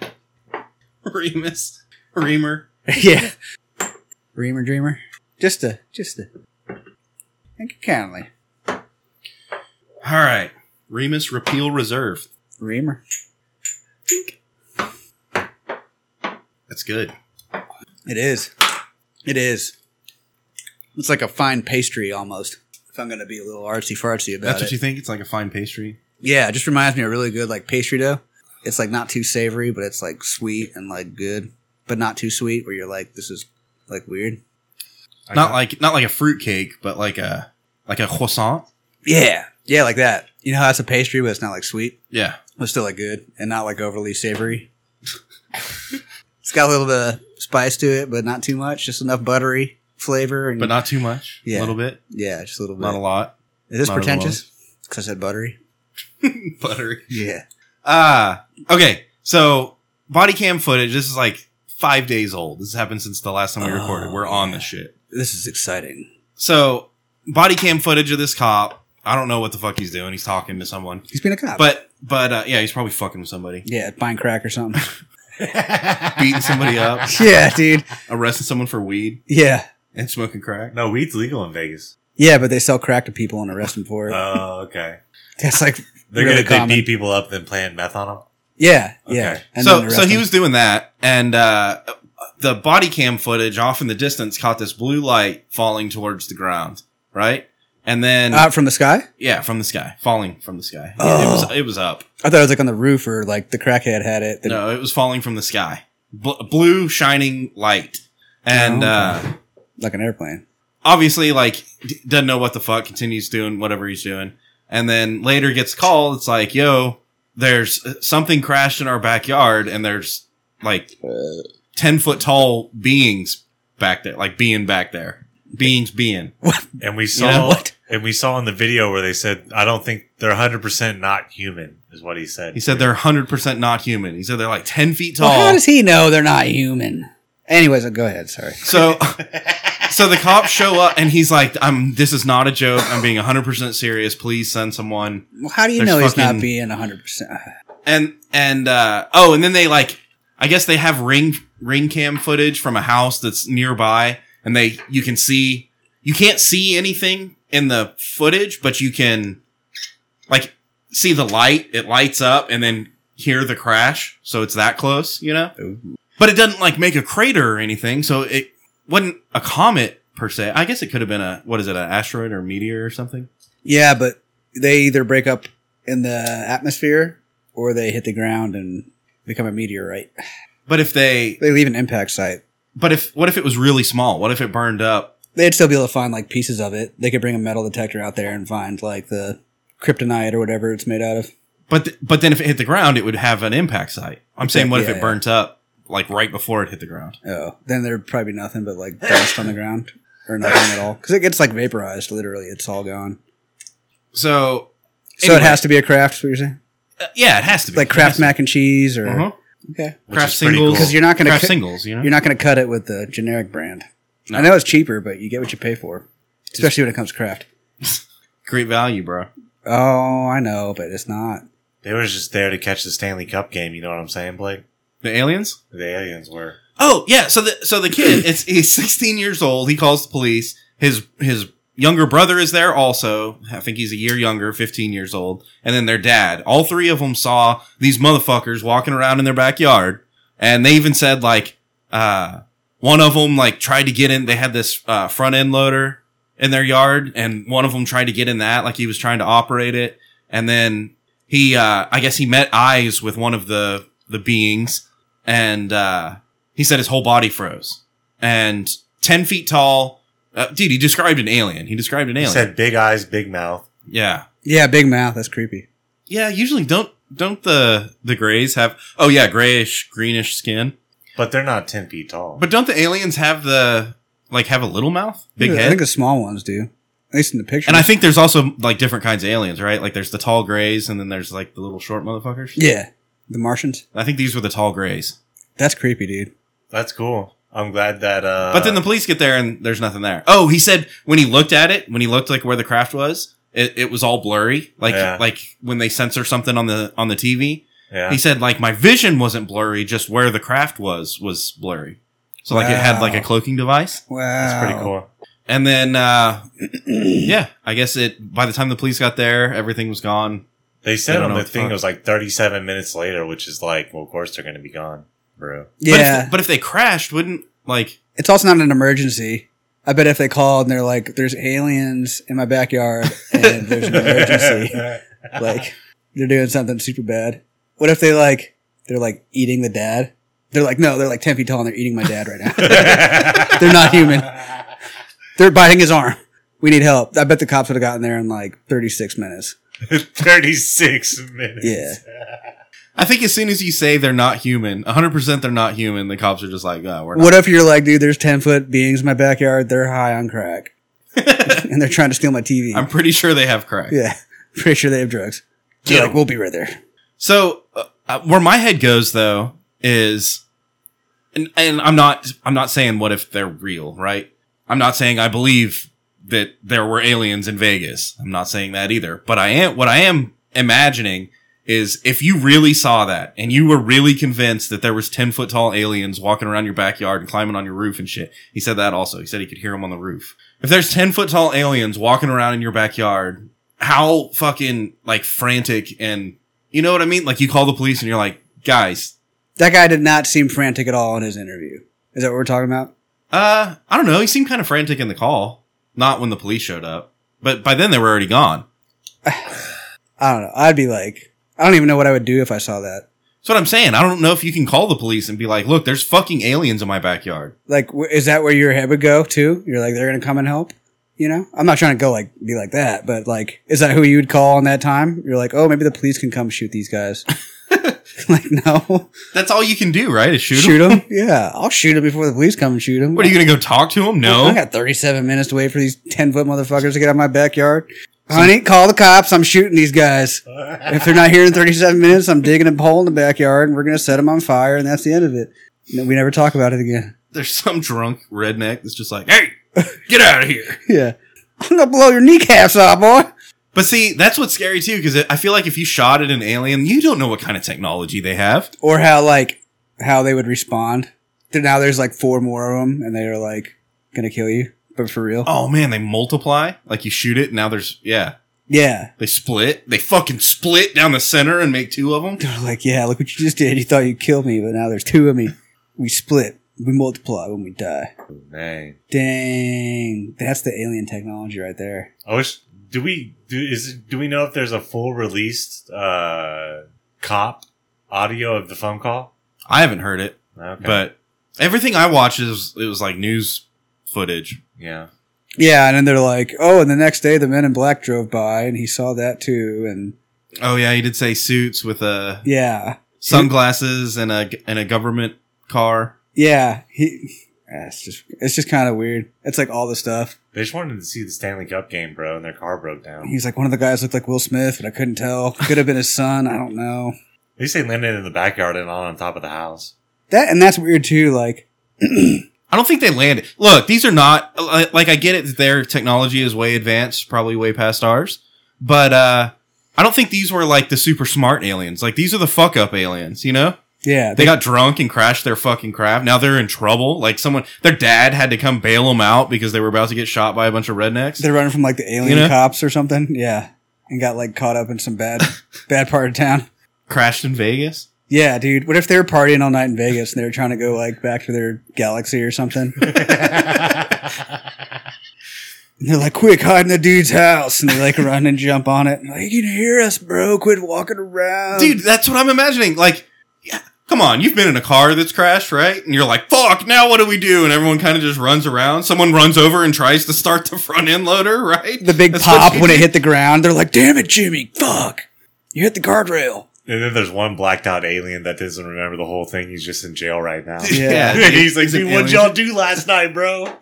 S3: Uh,
S1: Remus, Reamer.
S2: yeah. Reamer Dreamer. Just a, just a. Thank you kindly.
S1: All right. Remus Repeal Reserve.
S2: Reamer.
S1: That's good.
S2: It is. It is. It's like a fine pastry almost. If I'm going to be a little artsy fartsy about
S1: That's
S2: it.
S1: what you think? It's like a fine pastry.
S2: Yeah, it just reminds me of really good like pastry dough. It's like not too savory, but it's like sweet and like good, but not too sweet where you're like, this is like weird.
S3: I
S1: not
S3: got-
S1: like not like a fruit cake, but like a like a croissant.
S2: Yeah, yeah, like that. You know how it's a pastry, but it's not like sweet,
S1: Yeah.
S2: but still like good and not like overly savory. it's got a little bit of spice to it, but not too much. Just enough buttery flavor, and
S1: But not too much.
S2: Yeah.
S1: A little bit.
S2: yeah, just a little bit.
S1: Not a lot.
S2: is this
S1: not a lot.
S2: pretentious? Because I said buttery.
S1: Buttery.
S2: Yeah,
S1: Ah. okay. So body cam footage. This is like five days old. This has happened since the last time we recorded.
S2: Oh,
S1: We're on
S2: yeah.
S1: this shit.
S2: This is exciting.
S1: So body cam footage of this cop. I don't know what the fuck he's doing. He's talking to someone,
S2: He's been a cop.
S1: but but uh, yeah, he's probably fucking with somebody,
S2: yeah, buying crack or something.
S1: beating somebody up,
S2: yeah, dude.
S1: arresting someone for weed
S2: Yeah.
S1: and smoking crack.
S3: No, weed's legal in Vegas.
S2: Yeah, but they sell crack to people and arrest them for it.
S1: Uh,
S3: Oh, okay.
S2: That's like,
S3: They're
S2: Really
S3: gonna
S2: common.
S3: they beat people up, then plant meth on them.
S2: yeah,
S3: Okay.
S2: yeah. And then
S1: so
S2: arrest
S1: so he
S2: them.
S1: was doing that, and uh, the body cam footage off in the distance caught this blue light falling towards the ground, right? And then
S2: out Uh, from the sky.
S1: yeah, from the sky, falling from the sky. It- It, was it was up.
S2: I thought it was like on the roof or like the crackhead had it. The-
S1: No, it was falling from the sky, Bl- blue shining light, and.
S2: Oh,
S1: Uh,
S2: like an airplane.
S1: obviously like d- doesn't know what the fuck continues doing whatever he's doing and then later gets called it's like yo there's uh, something crashed in our backyard and there's like 10 foot tall beings back there like being back there beings being
S3: And we saw
S1: know
S2: what?
S3: and we saw in the video where they said, "I don't think they're 100 percent not human," is what he said.
S1: he said they're 100% not human he said they're like 10 feet
S2: Well, how
S1: tall
S2: does he know they're not human? Anyways, go ahead. Sorry.
S1: so so the cops show up and he's like i'm this is not a joke i'm being 100% serious please send someone
S2: Well, how do you
S1: There's
S2: know he's not
S1: fucking-
S2: being 100%?
S1: and and uh oh and then they like i guess they have ring ring cam footage from a house that's nearby and they you can see you can't see anything in the footage but you can like see the light it lights up and then hear the crash so it's that close you know but it doesn't like make a crater or anything so it wasn't a comet per se i guess it could have been a what is it an asteroid or meteor or something
S2: Yeah, but they either break up in the atmosphere or they hit the ground and become a meteorite.
S1: but if they
S2: They leave an impact site.
S1: but if what if it was really small what if it burned up
S2: They'd still be able to find like pieces of it. They could bring a metal detector out there and find like the kryptonite or whatever it's made out of.
S1: But th- but then if it hit the ground, it would have an impact site. I'm saying, what if
S2: Yeah.
S1: it burnt up like right before it hit the ground?
S2: Oh, then there'd probably be nothing but like dust on the ground or nothing at all because it gets like vaporized. Literally, it's all gone.
S1: So
S2: So
S1: Anyway.
S2: it has to be a craft. is What you're saying?
S1: uh, yeah, it has to be
S2: Like
S1: craft
S2: Kraft mac and cheese or
S1: uh
S2: okay?
S3: Which
S1: Kraft
S3: is pretty
S1: singles.
S2: Because you're not gonna
S1: Kraft
S2: cut-
S1: singles, you know.
S2: You're not going to cut it with the generic brand.
S1: No.
S2: I know it's cheaper, but you get what you pay for, especially when it comes to craft.
S1: Great value, bro.
S2: Oh, I know, but it's not.
S3: They were just there to catch the Stanley Cup game. You know what I'm saying, Blake?
S1: The aliens.
S3: The aliens were.
S1: Oh yeah. So the so the kid, it's he's 16 years old. He calls the police. His his younger brother is there also. I think he's a year younger, 15 years old. And then their dad. All three of them saw these motherfuckers walking around in their backyard, and they even said like, uh, one of them like tried to get in. They had this uh, front end loader in their yard, and one of them tried to get in that, like he was trying to operate it, and then he, uh, I guess he met eyes with one of the the beings, and uh, he said his whole body froze, and ten feet tall. Uh, dude, he described an alien. He described an
S3: He
S1: alien.
S3: said big eyes, big mouth.
S1: yeah,
S2: Yeah, big mouth. That's creepy.
S1: yeah. Usually, don't don't the the grays have? Oh yeah, grayish, greenish skin.
S3: But they're not 10 feet tall.
S1: But don't the aliens have the like have a little mouth, big
S2: I
S1: head?
S2: think the small ones do. At least in the picture.
S1: And I think there's also like different kinds of aliens, right? Like there's the tall grays, and then there's like the little short motherfuckers.
S2: yeah, the Martians.
S1: I think these were the tall grays.
S2: That's creepy, dude.
S3: that's cool. I'm glad that. Uh,
S1: but then the police get there, and there's nothing there. Oh, he said when he looked at it, when he looked like where the craft was, it, it was all blurry, like
S3: Yeah.
S1: like when they censor something on the on the TV.
S3: yeah.
S1: He said like my vision wasn't blurry, just where the craft was was blurry. So like it had like a
S2: Wow.
S1: cloaking device.
S2: Wow,
S3: That's pretty cool.
S1: And then, uh, yeah, I guess it, by the time the police got there, everything was gone.
S3: They
S1: They
S3: said
S1: don't
S3: on
S1: know
S3: the
S1: what the
S3: thing
S1: fuck.
S3: it was like 37 minutes later, which is like, well, of course they're going to be gone, bro.
S1: But
S2: Yeah,
S1: if, but if they crashed, wouldn't, like,
S2: it's also not an emergency. I bet if they called and they're like, "There's aliens in my backyard and there's an emergency," like they're doing something super bad. What if they like they're like eating the dad? They're like, no, they're like ten feet tall and they're eating my dad right now.
S3: they're
S2: not human. they're biting his arm. We need help. I bet the cops would have gotten there in like thirty six minutes.
S3: 36 minutes.
S2: Yeah.
S1: I think as soon as you say they're not human, 100% they're not human, the cops are just like, oh, we're not.
S2: What if you're like, dude, there's ten foot beings in my backyard. They're high on crack and they're trying to steal my TV.
S1: I'm pretty sure they have crack.
S2: yeah, pretty sure they have drugs. They're
S3: Yeah.
S2: like, we'll be right there.
S1: So, uh, Uh, where my head goes though is, and, and I'm not, I'm not saying what if they're real, right? I'm not saying I believe that there were aliens in Vegas. I'm not saying that either, but I am, what I am imagining is if you really saw that and you were really convinced that there was 10 foot tall aliens walking around your backyard and climbing on your roof and shit. He said that also. He said he could hear them on the roof. If there's 10 foot tall aliens walking around in your backyard, how fucking like frantic and you know what I mean? Like you call the police and you're like, guys,
S2: That guy did not seem frantic at all in his interview. Is that what we're talking about?
S1: uh, I don't know. He seemed kind of frantic in the call. Not when the police showed up, but by then they were already gone.
S2: I don't know. I'd be like, I don't even know what I would do if I saw that.
S1: That's what I'm saying. I don't know if you can call the police and be like, look, there's fucking aliens in my backyard.
S2: Like, wh- is that where your head would go too? You're like, they're gonna come and help. You know, I'm not trying to go like be like that, but like, is that who you would call on that time? You're like, oh, maybe the police can come shoot these guys. like, no,
S1: That's all you can do, right? Is shoot, 'em?
S2: shoot them. Yeah, I'll shoot them before the police come and shoot them.
S1: What are you going to go talk to him?
S2: I
S1: No.
S2: got 37 minutes to wait for these 10 foot motherfuckers to get out of my backyard. Honey, call the cops. I'm shooting these guys. If they're not here in 37 minutes, I'm digging a hole in the backyard and we're going to set them on fire and that's the end of it. No, we never talk about it again.
S1: There's some drunk redneck that's just like, hey, get out of here.
S2: Yeah. I'm going to blow your kneecaps off, boy.
S1: But see, that's what's scary too, because I feel like if you shot at an alien, you don't know what kind of technology they have.
S2: Or how, like, how they would respond. Then Now there's like four more of them and they are like going to kill you, but for real.
S1: Oh man, they multiply. Like you shoot it, and now there's, yeah,
S2: Yeah.
S1: they split. They fucking split down the center and make two of them.
S2: They're like, yeah, look what you just did. You thought you killed me, but now there's two of me. We split. We multiply when we die.
S3: Dang.
S2: Dang, that's the alien technology right there.
S3: I wish. Do we do is do we know if there's a full released uh, cop audio of the phone call?
S1: I haven't heard it,
S3: Okay.
S1: but everything I watched is, it was like news footage.
S3: yeah,
S2: Yeah, and then they're like, oh, and the next day the men in black drove by and he saw that too. And
S1: Oh yeah, he did say suits with uh,
S2: yeah,
S1: sunglasses and a, and a government car.
S2: yeah, he. ah, It's just, it's just kind of weird. It's like all the stuff.
S3: they just wanted to see the Stanley Cup game, bro, and their car broke down.
S2: He's like, one of the guys looked like Will Smith, but I couldn't tell. Could have been his son. I don't know.
S3: At least they landed in the backyard and not on top of the house.
S2: That and that's weird too. Like,
S1: I don't think they landed. Look, these are not li- like I get it that their technology is way advanced, probably way past ours, but uh I don't think these were like the super smart aliens. Like these are the fuck up aliens, you know?
S2: yeah,
S1: They got drunk and crashed their fucking craft. Now they're in trouble. Like someone their dad had to come bail them out because they were about to get shot by a bunch of rednecks.
S2: they're running from like the alien
S1: You know?
S2: cops or something. Yeah, and got like caught up in some bad, bad part of town.
S1: crashed in Vegas.
S2: Yeah, dude. What if they were partying all night in Vegas and they were trying to go like back to their galaxy or something? and they're like, quick, hide in the dude's house. And they like run and jump on it. And like, you can hear us, bro. Quit walking around.
S1: Dude, that's what I'm imagining. Like yeah, Come on, you've been in a car that's crashed, right? And you're like, fuck, now what do we do? And everyone kind of just runs around. Someone runs over and tries to start the front end loader, right?
S2: The big
S1: That's what
S2: pop
S1: you
S2: when it hit the ground. They're like, damn it, Jimmy. Fuck. You hit the guardrail.
S3: And then there's one blacked out alien that doesn't remember the whole thing. He's just in jail right now.
S2: Yeah.
S3: He's like,
S1: an
S3: "Dude, what'd
S1: alien.
S3: y'all do last night, bro?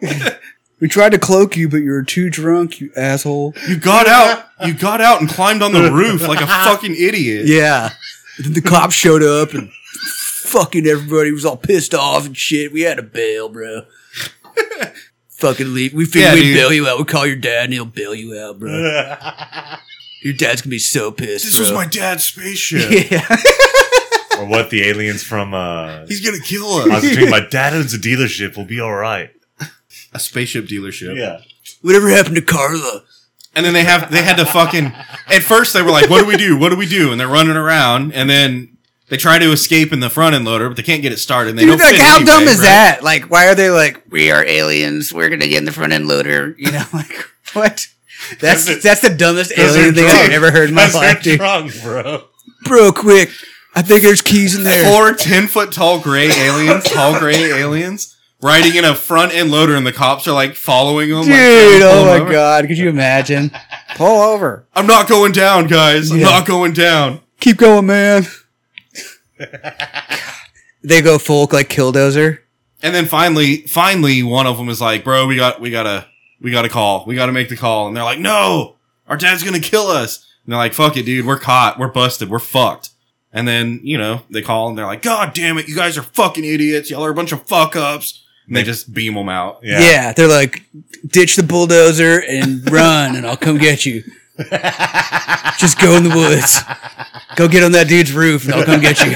S2: We tried to cloak you, but you were too drunk, you asshole.
S1: You got out. You got out and climbed on the roof like a fucking idiot.
S2: Yeah. Then the cops showed up and fucking everybody was all pissed off and shit. We had to bail, bro. fucking leave. We figured
S1: Yeah,
S2: we'd
S1: dude.
S2: bail you out. We'll call your dad and he'll bail you out, bro. Your dad's gonna be so pissed.
S1: This was
S2: bro.
S1: my dad's spaceship.
S2: Yeah.
S3: or what the aliens from uh
S1: He's gonna kill
S3: I was
S1: us.
S3: between my dad owns a dealership, we'll be alright.
S1: A spaceship dealership.
S3: Yeah.
S2: Whatever happened to Carla?
S1: And then they have they had to fucking. At first they were like, "What do we do? What do we do?" And they're running around, and then they try to escape in the front end loader, but they can't get it started. And they don't fit anyway, right?
S2: that? Like, why are they like, we are aliens? We're gonna get in the front end loader. You know, like what? That's
S3: Because it-
S2: that's the dumbest
S3: because they're
S2: alien thing I've
S3: drunk.
S2: ever heard in my
S3: That's
S2: life, dude.
S3: drunk, bro.
S2: Bro, quick! I think there's keys in there.
S1: Four 10 foot tall gray aliens, tall gray aliens, riding in a front end loader, and the cops are like following them. like, trying
S2: Dude,
S1: to pull
S2: oh
S1: them
S2: my
S1: over.
S2: god, could you imagine? Pull over.
S1: I'm not going down, guys. I'm
S2: Yeah.
S1: not going down.
S2: Keep going, man. they go full like killdozer.
S1: And then finally, finally, one of them is like, "Bro, we got, we gotta, we gotta call. We gotta make the call." And they're like, "No, our dad's gonna kill us." And they're like, "Fuck it, dude. We're caught. We're busted. We're fucked." And then, you know, they call and they're like, God damn it, you guys are fucking idiots. Y'all are a bunch of fuck ups. And they just beam them out.
S2: Yeah.
S3: Yeah.
S2: they're like, ditch the bulldozer and run, and I'll come get you. Just go in the woods. Go get on that dude's roof, and I'll come get you.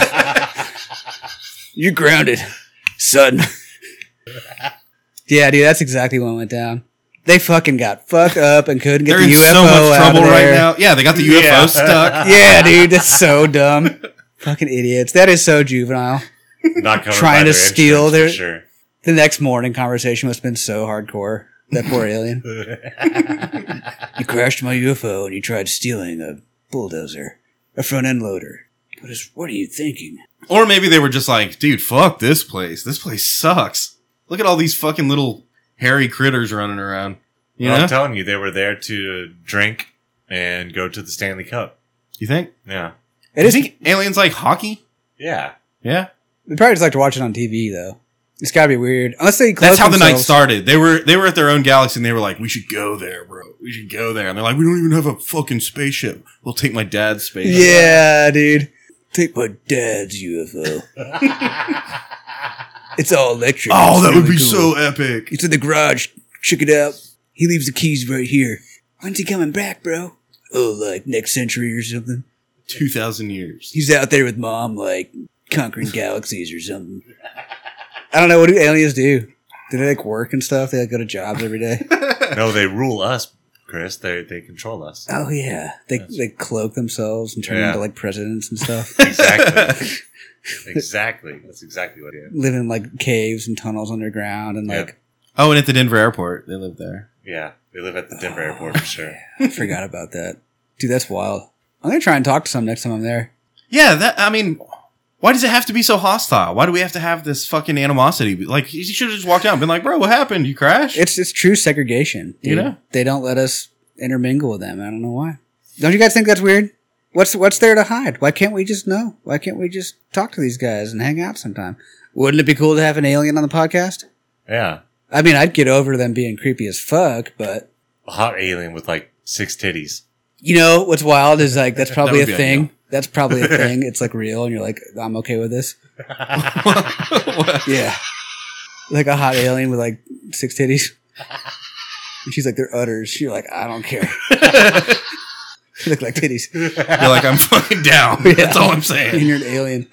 S2: You're grounded, son. yeah, dude, that's exactly what went down. They fucking got fucked up and couldn't get
S1: They're
S2: the
S1: in
S2: UFO
S1: so much
S2: out
S1: trouble
S2: of
S1: right
S2: there.
S1: now. Yeah, they got the UFO
S3: Yeah.
S1: stuck.
S2: Yeah, dude, that's so dumb. fucking idiots. That is so juvenile.
S3: Not covered
S2: Trying to
S3: by their
S2: steal
S3: insurance,
S2: their-
S3: for sure.
S2: The next morning conversation must have been so hardcore. That poor alien. You crashed my UFO and you tried stealing a bulldozer, a front end loader. What is? What are you thinking?
S1: Or maybe they were just like, dude, fuck this place. This place sucks. Look at all these fucking little hairy critters running around. You know?
S3: I'm telling you, they were there to drink and go to the Stanley Cup.
S1: you think?
S3: Yeah.
S2: It is.
S1: You think aliens like hockey?
S3: Yeah.
S1: Yeah.
S2: They probably just like to watch it on TV though. It's gotta be weird. Unless they. Close
S1: That's how the night
S2: themselves-
S1: started. They were they were at their own galaxy and they were like, "We should go there, bro. We should go there." And they're like, "We don't even have a fucking spaceship. We'll take my dad's spaceship."
S2: Yeah, dude. Take my dad's UFO. It's all electric.
S1: Oh,
S2: It's
S1: that would
S2: really
S1: be so
S2: cool.
S1: epic.
S2: It's in the garage. Check it out. He leaves the keys right here. When's he coming back, bro? Oh, like next century or something.
S1: Two thousand years.
S2: He's out there with mom, like conquering galaxies or something. I don't know. What do aliens do? Do they like work and stuff? They like go to jobs every day.
S3: No, they rule us, Chris. They they control us.
S2: oh yeah, they
S3: That's-
S2: they cloak themselves and turn
S3: Yeah.
S2: into like presidents and stuff.
S3: Exactly. exactly. That's exactly what it is.
S2: Live in like caves and tunnels underground and like
S1: Oh, and at the Denver airport, they live there.
S3: Yeah. They live at the Denver airport for sure.
S2: I forgot about that. Dude, that's wild. I'm gonna try and talk to some next time I'm there.
S1: Yeah, that I mean, why does it have to be so hostile? Why do we have to have this fucking animosity? Like, you should have just walked out and been like, "Bro, what happened? You crashed?"
S2: It's it's true segregation.
S1: You
S2: dude.
S1: know?
S2: they don't let us intermingle with them. I don't know why. Don't you guys think that's weird? What's what's there to hide? Why can't we just know? Why can't we just talk to these guys and hang out sometime? Wouldn't it be cool to have an alien on the podcast?
S3: Yeah.
S2: I mean, I'd get over them being creepy as fuck, but
S3: A hot alien with like six titties.
S2: you know what's wild is like that's probably
S1: would be
S2: a thing.
S1: ideal.
S2: That's probably a thing. It's like real, and you're like, I'm okay with this. Yeah, like a hot alien with like six titties. And she's like, they're udders. You're like, I don't care. They look like titties.
S1: You're like, "I'm fucking down."
S2: Yeah.
S1: That's all I'm
S2: and
S1: saying.
S2: you're an alien.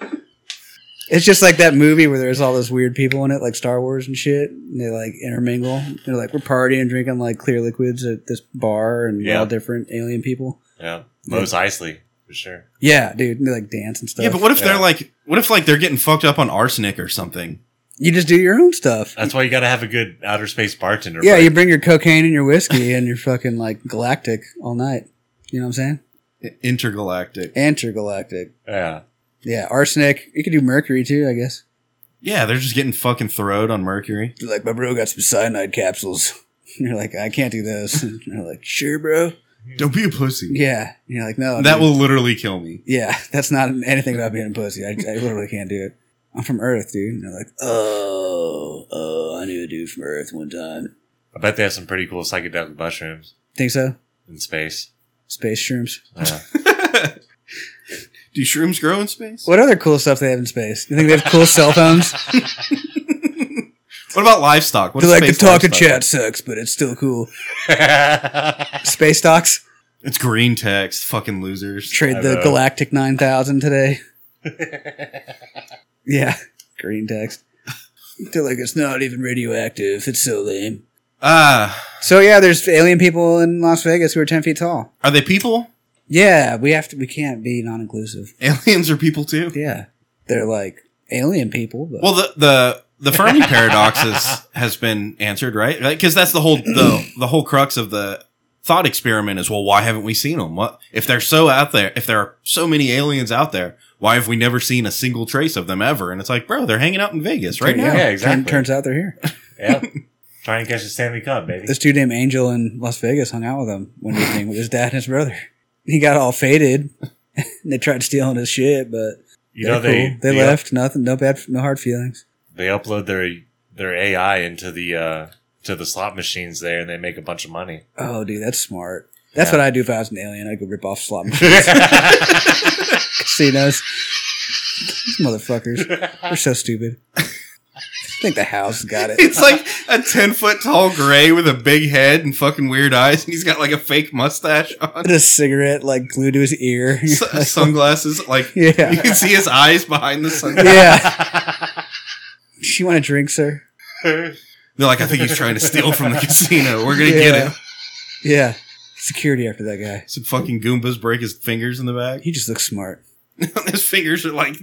S2: It's just like that movie where there's all those weird people in it, like Star Wars and shit, and they like intermingle. They're like, we're partying, drinking like clear liquids at this bar, and we're
S3: Yeah.
S2: all different alien people.
S3: Yeah. Mos Eisley for sure.
S2: Yeah, dude, and they like dance and stuff.
S1: Yeah, but what if
S3: Yeah.
S1: they're like, what if like they're getting fucked up on arsenic or something?
S2: you just do your own stuff.
S3: That's why you got to have a good outer space bartender.
S2: yeah,
S3: right?
S2: you bring your cocaine and your whiskey, and you're fucking like galactic all night. You know what I'm saying?
S1: Intergalactic.
S2: Intergalactic.
S3: yeah.
S2: Yeah, arsenic. You could do mercury too, I guess.
S1: Yeah, they're just getting fucking throwed on Mercury.
S2: They're like, my bro got some cyanide capsules. And you're like, I can't do those. And they're like, sure, bro.
S1: Don't be a pussy.
S2: Yeah. And you're like, no.
S1: that
S2: dude.
S1: will literally kill me.
S2: Yeah, that's not anything about being a pussy. I, I literally can't do it. I'm from Earth, dude. And they're like, oh, oh, I knew a dude from Earth one time.
S3: I bet they have some pretty cool psychedelic mushrooms
S2: Think so?
S3: in space.
S2: Space shrooms.
S3: Yeah.
S1: Do shrooms grow in space? What,
S2: What other cool stuff they have in space? You think they have cool cell phones?
S1: about livestock? What
S2: They're
S1: is
S2: like, the
S1: space
S2: talk and
S1: livestock?
S2: chat sucks, but it's still cool. Space stocks.
S1: It's green text. Fucking losers.
S2: Trade the
S3: Hello.
S2: Galactic 9000 today. yeah, green text. They're like, it's not even radioactive. It's so lame.
S1: Ah,
S2: So, yeah, there's alien people in Las Vegas who are 10 feet tall.
S1: are they people?
S2: Yeah, we have to. We can't be non-inclusive.
S1: Aliens are people too.
S2: Yeah, they're like alien people. But
S1: Well, the the the Fermi paradox is, has been answered, right? Because that's the whole the the whole crux of the thought experiment is, well, why haven't we seen them? What if they're so out there? If there are so many aliens out there, why have we never seen a single trace of them ever? And it's like, bro, they're hanging out in Vegas right
S2: Turn-
S1: now.
S3: Yeah,
S2: turn-
S3: exactly.
S2: turns out they're here.
S3: yeah. Trying to catch the Stanley Cup, baby.
S2: This dude named Angel in Las Vegas hung out with him one evening with his dad and his brother. He got all faded. and they tried stealing his shit, but
S3: You know
S2: they're
S3: they
S2: cool. they,
S3: up-
S2: left. Nothing. No bad. No hard feelings.
S3: they upload their their AI into the uh, to the slot machines there, and they make a bunch of money.
S2: Oh, dude, that's smart. That's
S1: Yeah.
S2: what I'd do if I was an alien. I'd go rip off slot machines,
S3: That's
S2: casinos. These motherfuckers. They're so stupid. I think the house got it.
S1: It's like a ten foot tall gray with a big head and fucking weird eyes, and he's got like a fake mustache on,
S2: Put a cigarette like glued to his ear.
S1: S- sunglasses. Like you
S2: yeah.
S1: can see his eyes behind the sunglasses.
S2: Yeah. She want a drink, sir?
S1: They're like, I think he's trying to steal from the casino. We're gonna get
S2: Yeah.
S1: him.
S2: Yeah. Security after that guy.
S1: Some fucking goombas break his fingers in the back.
S2: He just looks smart.
S1: his fingers are like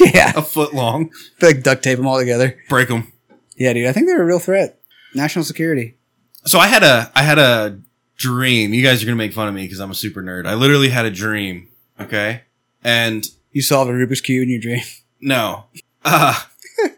S2: Yeah.
S1: a foot long.
S2: Like duct tape them all together.
S1: Break them.
S2: Yeah, dude. I think they're a real threat. National security.
S1: So I had a I had a dream. You guys are gonna make fun of me because I'm a super nerd. I literally had a dream. Okay, and
S2: You solve a Rubik's cube in your dream.
S1: No.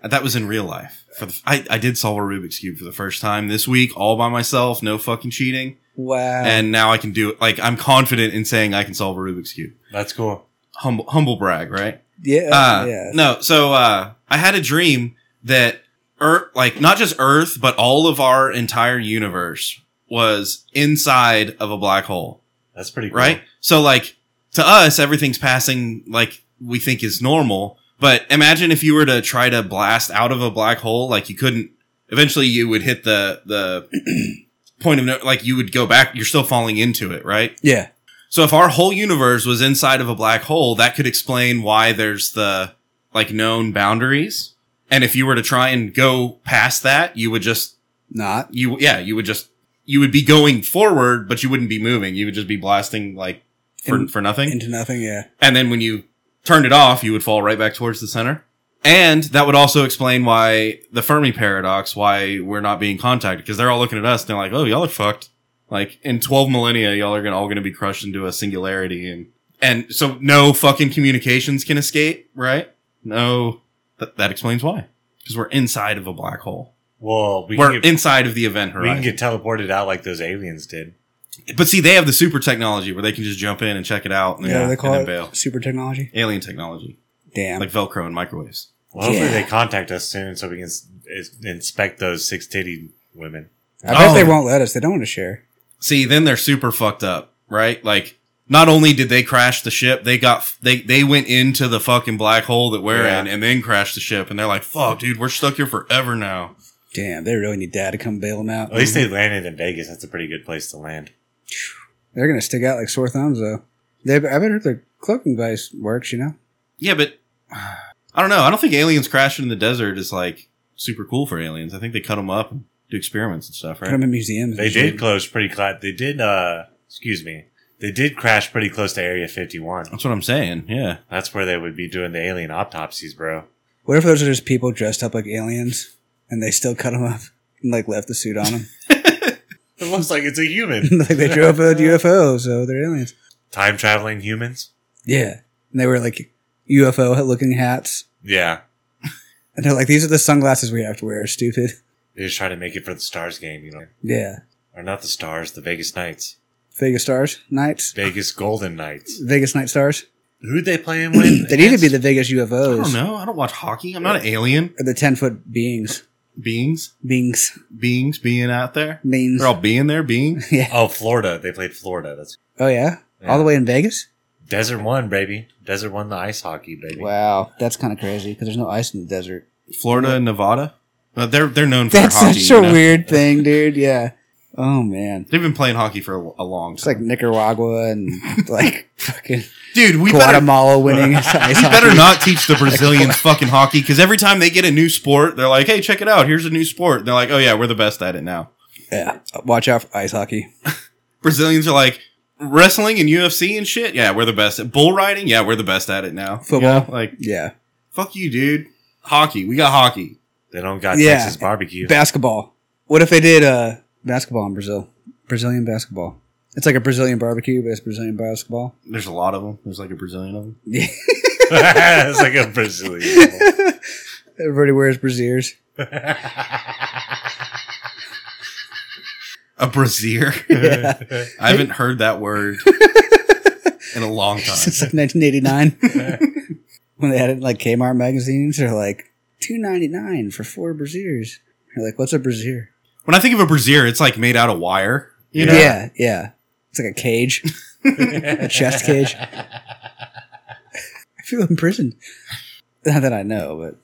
S1: Uh, that was in real life. For the, I, I did solve a Rubik's Cube for the first time this week, all by myself, no fucking cheating.
S2: Wow.
S1: And now I can do it. Like, I'm confident in saying I can solve a Rubik's Cube.
S3: cool.
S1: Humble, humble brag, right?
S2: yeah.
S1: Uh,
S2: yeah.
S1: No, so uh, I had a dream that Earth, like, not just Earth, but all of our entire universe was inside of a black hole
S3: That's pretty cool.
S1: right? So like to us, everything's passing like we think is normal. But imagine if you were to try to blast out of a black hole, like you couldn't. Eventually, you would hit the the point of no. Like you would go back. You're still falling into it, right?
S2: yeah.
S1: So if our whole universe was inside of a black hole, that could explain why there's the like known boundaries. And if you were to try and go past that, you would just
S2: Not.
S1: you yeah you would just you would be going forward, but you wouldn't be moving. You would just be blasting like for
S2: In-
S1: for nothing.
S2: Into nothing. Yeah.
S1: And then when you turned it off, you would fall right back towards the center. And that would also explain why the Fermi paradox, why we're not being contacted, because they're all looking at us and they're like, "Oh, y'all are fucked." Like in 12 millennia, y'all are gonna all gonna be crushed into a singularity, and and so no fucking communications can escape, right? No, Th- that explains why, because we're inside of a black hole.
S3: Well, we
S1: We are
S3: can, get,
S1: inside of the event
S3: we can
S1: horizon.
S3: get teleported out like those aliens did.
S1: but see, they have the super technology where they can just jump in and check it out, and then,
S2: Yeah. They call
S1: and
S2: it
S1: then bail.
S2: super technology.
S1: Alien technology,
S2: Damn.
S1: like Velcro and microwaves.
S3: Well, hopefully
S2: Yeah.
S3: they contact us soon so we can s- is- inspect those six titty women.
S2: I bet
S1: Oh.
S2: they won't let us. They don't want to share.
S1: see then they're super fucked up right like not only did they crash the ship they got they they went into the fucking black hole that we're
S3: Yeah.
S1: in and then crashed the ship and they're like fuck dude we're stuck here forever now
S2: Damn. They really need dad to come bail them out.
S3: At least they landed in Vegas. That's a pretty good place to land.
S2: They're gonna stick out like sore thumbs though. They, I bet if their cloaking device works, you know.
S1: yeah but i don't know i don't think aliens crashing in the desert is like super cool for aliens i think they cut them up and do experiments and stuff
S2: Put them
S1: right
S2: in museums.
S3: They
S2: and
S3: did
S2: shit.
S3: close pretty close. They did, uh, excuse me. They did crash pretty close to Area 51.
S1: that's what i'm saying yeah
S3: That's where they would be doing the alien autopsies, bro.
S2: What if those are just people dressed up like aliens and they still cut them up and like left the suit on them?
S3: It looks like it's a human.
S2: like they drove a UFO, so they're aliens.
S3: Time traveling humans?
S2: Yeah, and they wear like UFO looking hats,
S3: Yeah.
S2: and they're like, "These are the sunglasses we have to wear." Stupid.
S3: They just try to make it for the Stars game, you know.
S2: Yeah,
S3: Or not the Stars, the Vegas Knights.
S2: Vegas Stars Knights,
S3: Vegas Golden Knights.
S2: Vegas Night Stars.
S3: Who'd they playing with?
S2: they need to be the Vegas
S1: i don't
S2: UFOs
S1: know i don't watch hockey i'm not an alien
S2: or the ten foot beings,
S1: beings
S2: beings,
S1: beings being out there
S2: beings.
S1: they're all being there being
S2: yeah.
S3: Oh, Florida. They played Florida. That's
S2: Oh yeah?
S3: Yeah.
S2: all the way in Vegas.
S3: Desert won, baby. Desert won the ice hockey, baby.
S2: Wow, that's kind of crazy because there's no ice in the desert.
S1: florida and nevada Uh, they're they're known for
S2: That's
S1: their hockey
S2: such a
S1: you know?
S2: weird thing, dude. Yeah. Oh man,
S1: They've been playing hockey for a, a long
S2: it's
S1: time.
S2: like Nicaragua and like fucking
S1: Dude, we better,
S2: Guatemala winning ice hockey.
S1: we better not teach the Brazilians fucking hockey because every time they get a new sport, they're like, hey, check it out. Here's a new sport. And they're like, oh, yeah, we're the best at it now.
S2: Yeah, watch out for ice hockey.
S1: Brazilians are like, wrestling and UFC and shit? Yeah, we're the best. At bull riding? Yeah, we're the best at it now. You
S2: Football.
S1: know, Like,
S2: Yeah,
S1: fuck you, dude. Hockey. We got hockey.
S3: They don't got
S2: Yeah.
S3: Texas barbecue.
S2: basketball. What if they did uh, basketball in Brazil? Brazilian basketball. It's like a Brazilian barbecue, but it's Brazilian basketball.
S1: There's a lot of them. There's like a Brazilian of them.
S3: it's like a Brazilian.
S2: Oh. Everybody wears brassieres.
S1: A Brazier.
S2: Yeah.
S1: I haven't heard that word in a long time.
S2: Since like 1989, when they had it in like Kmart magazines, they're like 2.99 for four brasiers. You're like, what's a brasier?
S1: When I think of a Brazier, it's like made out of wire. You know?
S2: Yeah, yeah. It's like a cage, a chest cage. I feel imprisoned. Not that I know, but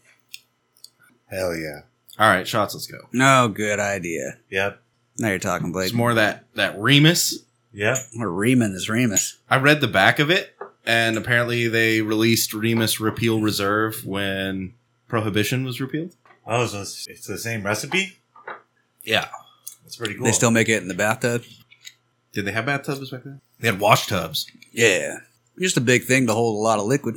S3: Hell yeah.
S1: All right, shots. Let's go.
S2: no good idea.
S3: Yep.
S2: Now you're talking, Blake.
S1: It's more that that Remus.
S3: Yep.
S2: We're reaming this Remus.
S1: I read the back of it, and apparently they released Remus Repeal Reserve when Prohibition was repealed.
S3: Oh, so it's, it's the same recipe?
S1: Yeah.
S3: That's pretty cool.
S2: They still make it in the bathtub.
S1: Did they have bathtubs back then? They had wash tubs.
S2: Yeah, just a big thing to hold a lot of liquid.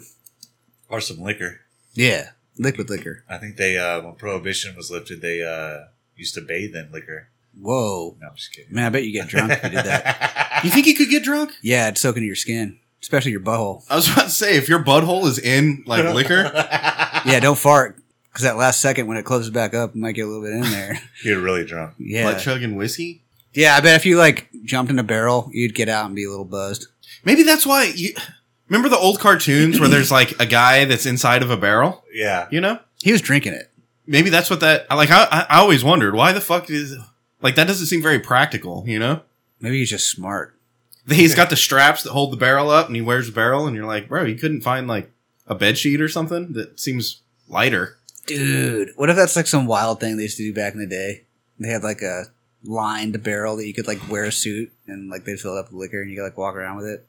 S3: or some liquor.
S2: Yeah, liquid liquor.
S3: I think they, uh, when prohibition was lifted, they uh, used to bathe in liquor.
S2: Whoa,
S3: No, I'm just kidding.
S2: man! I bet you get drunk if you did that.
S1: You think you could get drunk?
S2: Yeah, it'd soak into your skin, especially your butthole.
S1: I was about to say if your butthole is in like liquor,
S2: Yeah, don't fart because that last second when it closes back up, it might get a little bit in there.
S3: You're really drunk.
S2: Yeah,
S1: like chugging whiskey.
S2: yeah. I bet if you like jumped in a barrel, you'd get out and be a little buzzed.
S1: Maybe that's why you remember the old cartoons where there's like a guy that's inside of a barrel.
S3: Yeah.
S1: You know,
S2: He was drinking it.
S1: maybe that's what that. I Like I, I- I always wondered why the fuck is like that doesn't seem very practical. You know,
S2: Maybe he's just smart.
S1: he's got the straps that hold the barrel up, and he wears the barrel, and you're like, bro, you couldn't find like a bed sheet or something that seems lighter.
S2: Dude, what if that's like some wild thing they used to do back in the day? They had like a lined barrel that you could like wear a suit and like they'd fill it up with liquor and you could like walk around with it.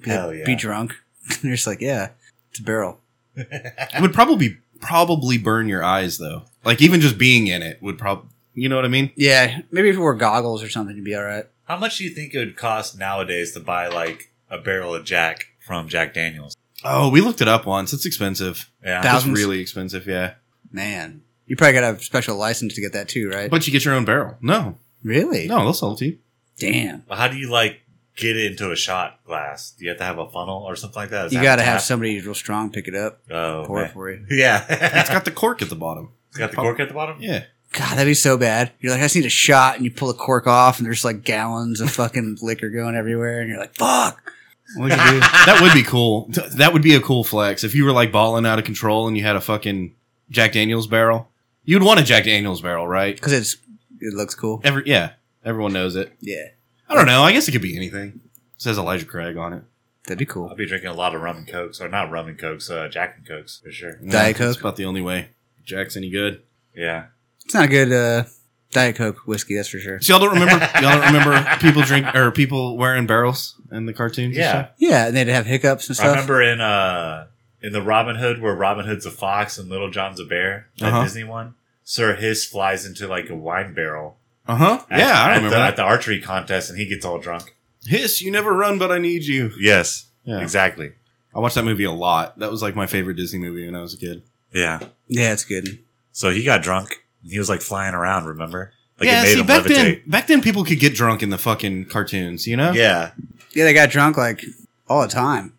S2: Be,
S3: Hell yeah.
S2: be drunk. You're just like, yeah, it's a barrel.
S1: It would probably probably burn your eyes though. Like even just being in it would probably, you know what I mean?
S2: Yeah, maybe if you wore goggles or something, you'd be all right.
S3: How much do you think it would cost nowadays to buy, like, a barrel of Jack from Jack Daniels?
S1: Oh, we looked it up once. It's expensive.
S3: Yeah.
S2: That- Thousands?
S1: It's really expensive, yeah.
S2: Man, you probably got to have special license to get that too, right?
S1: But you get your own barrel. No,
S2: really?
S1: no, they'll sell it to you.
S2: Damn.
S3: But How do you, like, get it into a shot glass? Do you have to have a funnel or something like that? Does
S2: You
S3: it
S2: got
S3: a
S2: to have
S3: tap?
S2: somebody who's real strong pick it up,
S3: Oh,
S2: pour it
S3: man.
S2: for you.
S3: Yeah.
S1: It's got the cork at the bottom.
S3: it's got the cork at the bottom?
S1: Yeah.
S2: God, that'd be so bad. You're like, I just need a shot, and you pull the cork off, and there's like gallons of fucking liquor going everywhere, and you're like, fuck.
S1: Look at you. that would be cool. Th- That would be a cool flex if you were like balling out of control and you had a fucking Jack Daniels barrel. You'd want a Jack Daniels barrel, right?
S2: Because it's it looks cool.
S1: Every yeah, everyone knows it.
S2: Yeah,
S1: I don't know. I guess it could be anything. It says Elijah Craig on it.
S2: that'd be
S3: I'll
S2: cool.
S3: be drinking a lot of rum and cokes, or not rum and cokes, uh, Jack and cokes for sure.
S1: Yeah,
S2: Diet
S1: That's
S2: Coke?
S1: about the only way. Jack's any good.
S3: Yeah,
S2: It's not a good uh, diet coke whiskey, that's for sure.
S1: So y'all don't remember y'all don't remember people drink or people wearing barrels in the cartoons? and
S3: yeah.
S1: stuff?
S2: Yeah, and they'd have hiccups and
S3: I
S2: stuff.
S3: remember in uh in the Robin Hood where Robin Hood's a fox and Little John's a bear, that
S1: Uh-huh.
S3: Disney one. Sir Hiss flies into like a wine barrel.
S1: Uh huh.
S3: at-
S1: Yeah, I
S3: at
S1: remember
S3: the,
S1: that.
S3: at the archery contest, and he gets all drunk.
S1: Hiss, you never run, but I need you.
S3: Yes,
S1: Yeah.
S3: exactly.
S1: I watched that movie a lot. That was like my favorite Disney movie when I was a kid.
S3: Yeah.
S2: Yeah, it's good.
S3: So he got drunk. and He was like flying around. Remember? Like
S1: yeah,
S3: it made
S1: see,
S3: him
S1: back
S3: levitate.
S1: then, back then people could get drunk in the fucking cartoons, you know?
S3: Yeah.
S2: Yeah, they got drunk like all the time.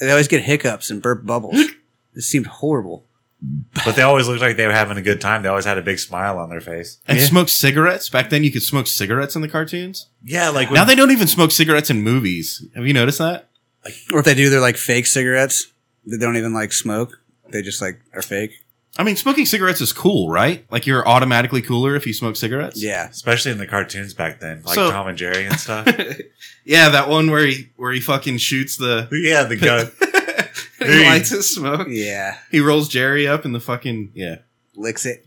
S2: They always get hiccups and burp bubbles. It seemed horrible.
S3: But they always looked like they were having a good time. They always had a big smile on their face.
S1: And
S2: Yeah.
S1: smoked cigarettes. Back then, you could smoke cigarettes in the cartoons.
S3: Yeah, like
S1: Now they don't even smoke cigarettes in movies. Have you noticed that?
S2: Or if they do, they're like fake cigarettes. They don't even like smoke. They just like are fake.
S1: I mean, smoking cigarettes is cool, right? Like you're automatically cooler if you smoke cigarettes.
S2: Yeah.
S3: especially in the cartoons back then, like
S1: So-
S3: Tom and Jerry and stuff.
S1: yeah, that one where he where he fucking shoots the
S3: yeah, the gun.
S1: he
S3: Hey.
S1: lights his smoke.
S2: Yeah.
S1: He rolls Jerry up in the fucking yeah.
S2: licks it.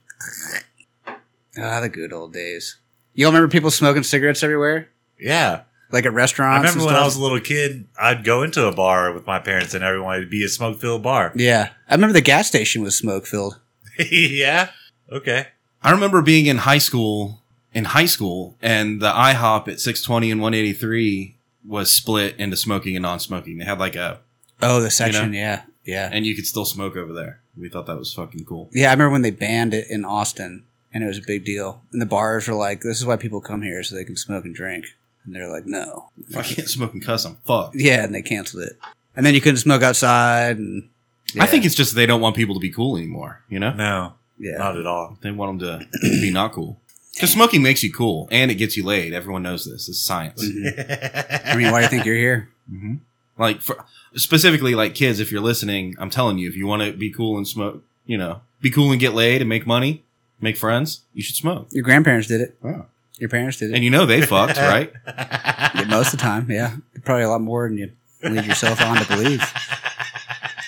S2: Ah, the good old days. You all remember people smoking cigarettes everywhere,
S3: Yeah.
S2: like at
S3: I
S2: restaurants.
S3: remember
S2: and
S3: when
S2: stuff?
S3: I was a little kid, I'd go into a bar with my parents and everyone would be a smoke filled bar.
S2: Yeah, I remember the gas station was smoke filled.
S3: yeah. Okay.
S1: I remember being in high school in high school and the IHOP at 620 and 183 was split into smoking and non-smoking. They had like a
S2: Oh, the section. Yeah, yeah,
S1: and you could still smoke over there. We thought that was fucking cool.
S2: yeah. I remember when they banned it in Austin, and it was a big deal. And the bars were like, "This is why people come here so they can smoke and drink." And they're like, "No."
S1: If I can't smoke and cuss, I'm fucked.
S2: Yeah, and they canceled it. And then you couldn't smoke outside. And
S1: I think it's just they don't want people to be cool anymore, you know?
S3: No,
S2: yeah,
S3: not at all.
S1: They want them to be not cool. Because smoking makes you cool and it gets you laid. Everyone knows this. It's science.
S2: Mhm. I mean, why do you think you're here?
S1: hmm Like for, specifically, like kids, if you're listening, I'm telling you, if you want to be cool and smoke, you know, be cool and get laid and make money, make friends, you should smoke.
S2: Your grandparents did it.
S1: Wow.
S2: Your parents did it.
S1: And you know they fucked, right?
S2: Yeah, most of the time, yeah. Probably a lot more than you lead yourself on to believe.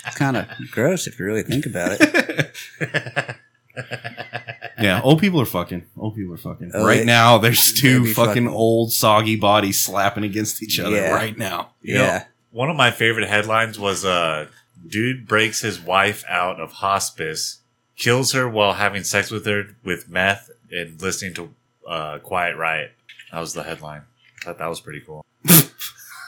S2: It's kind of gross if you really think about it.
S1: Yeah, old people are fucking. Old people are fucking.
S2: Oh,
S1: right
S2: they-
S1: now, there's two
S2: be
S1: fucking
S2: fucking-
S1: old soggy bodies slapping against each other
S2: Yeah.
S1: right now.
S3: You know,
S2: Yeah.
S3: One of my favorite headlines was uh, dude breaks his wife out of hospice, kills her while having sex with her with meth and listening to uh, Quiet Riot. That was the headline. I thought that was pretty cool.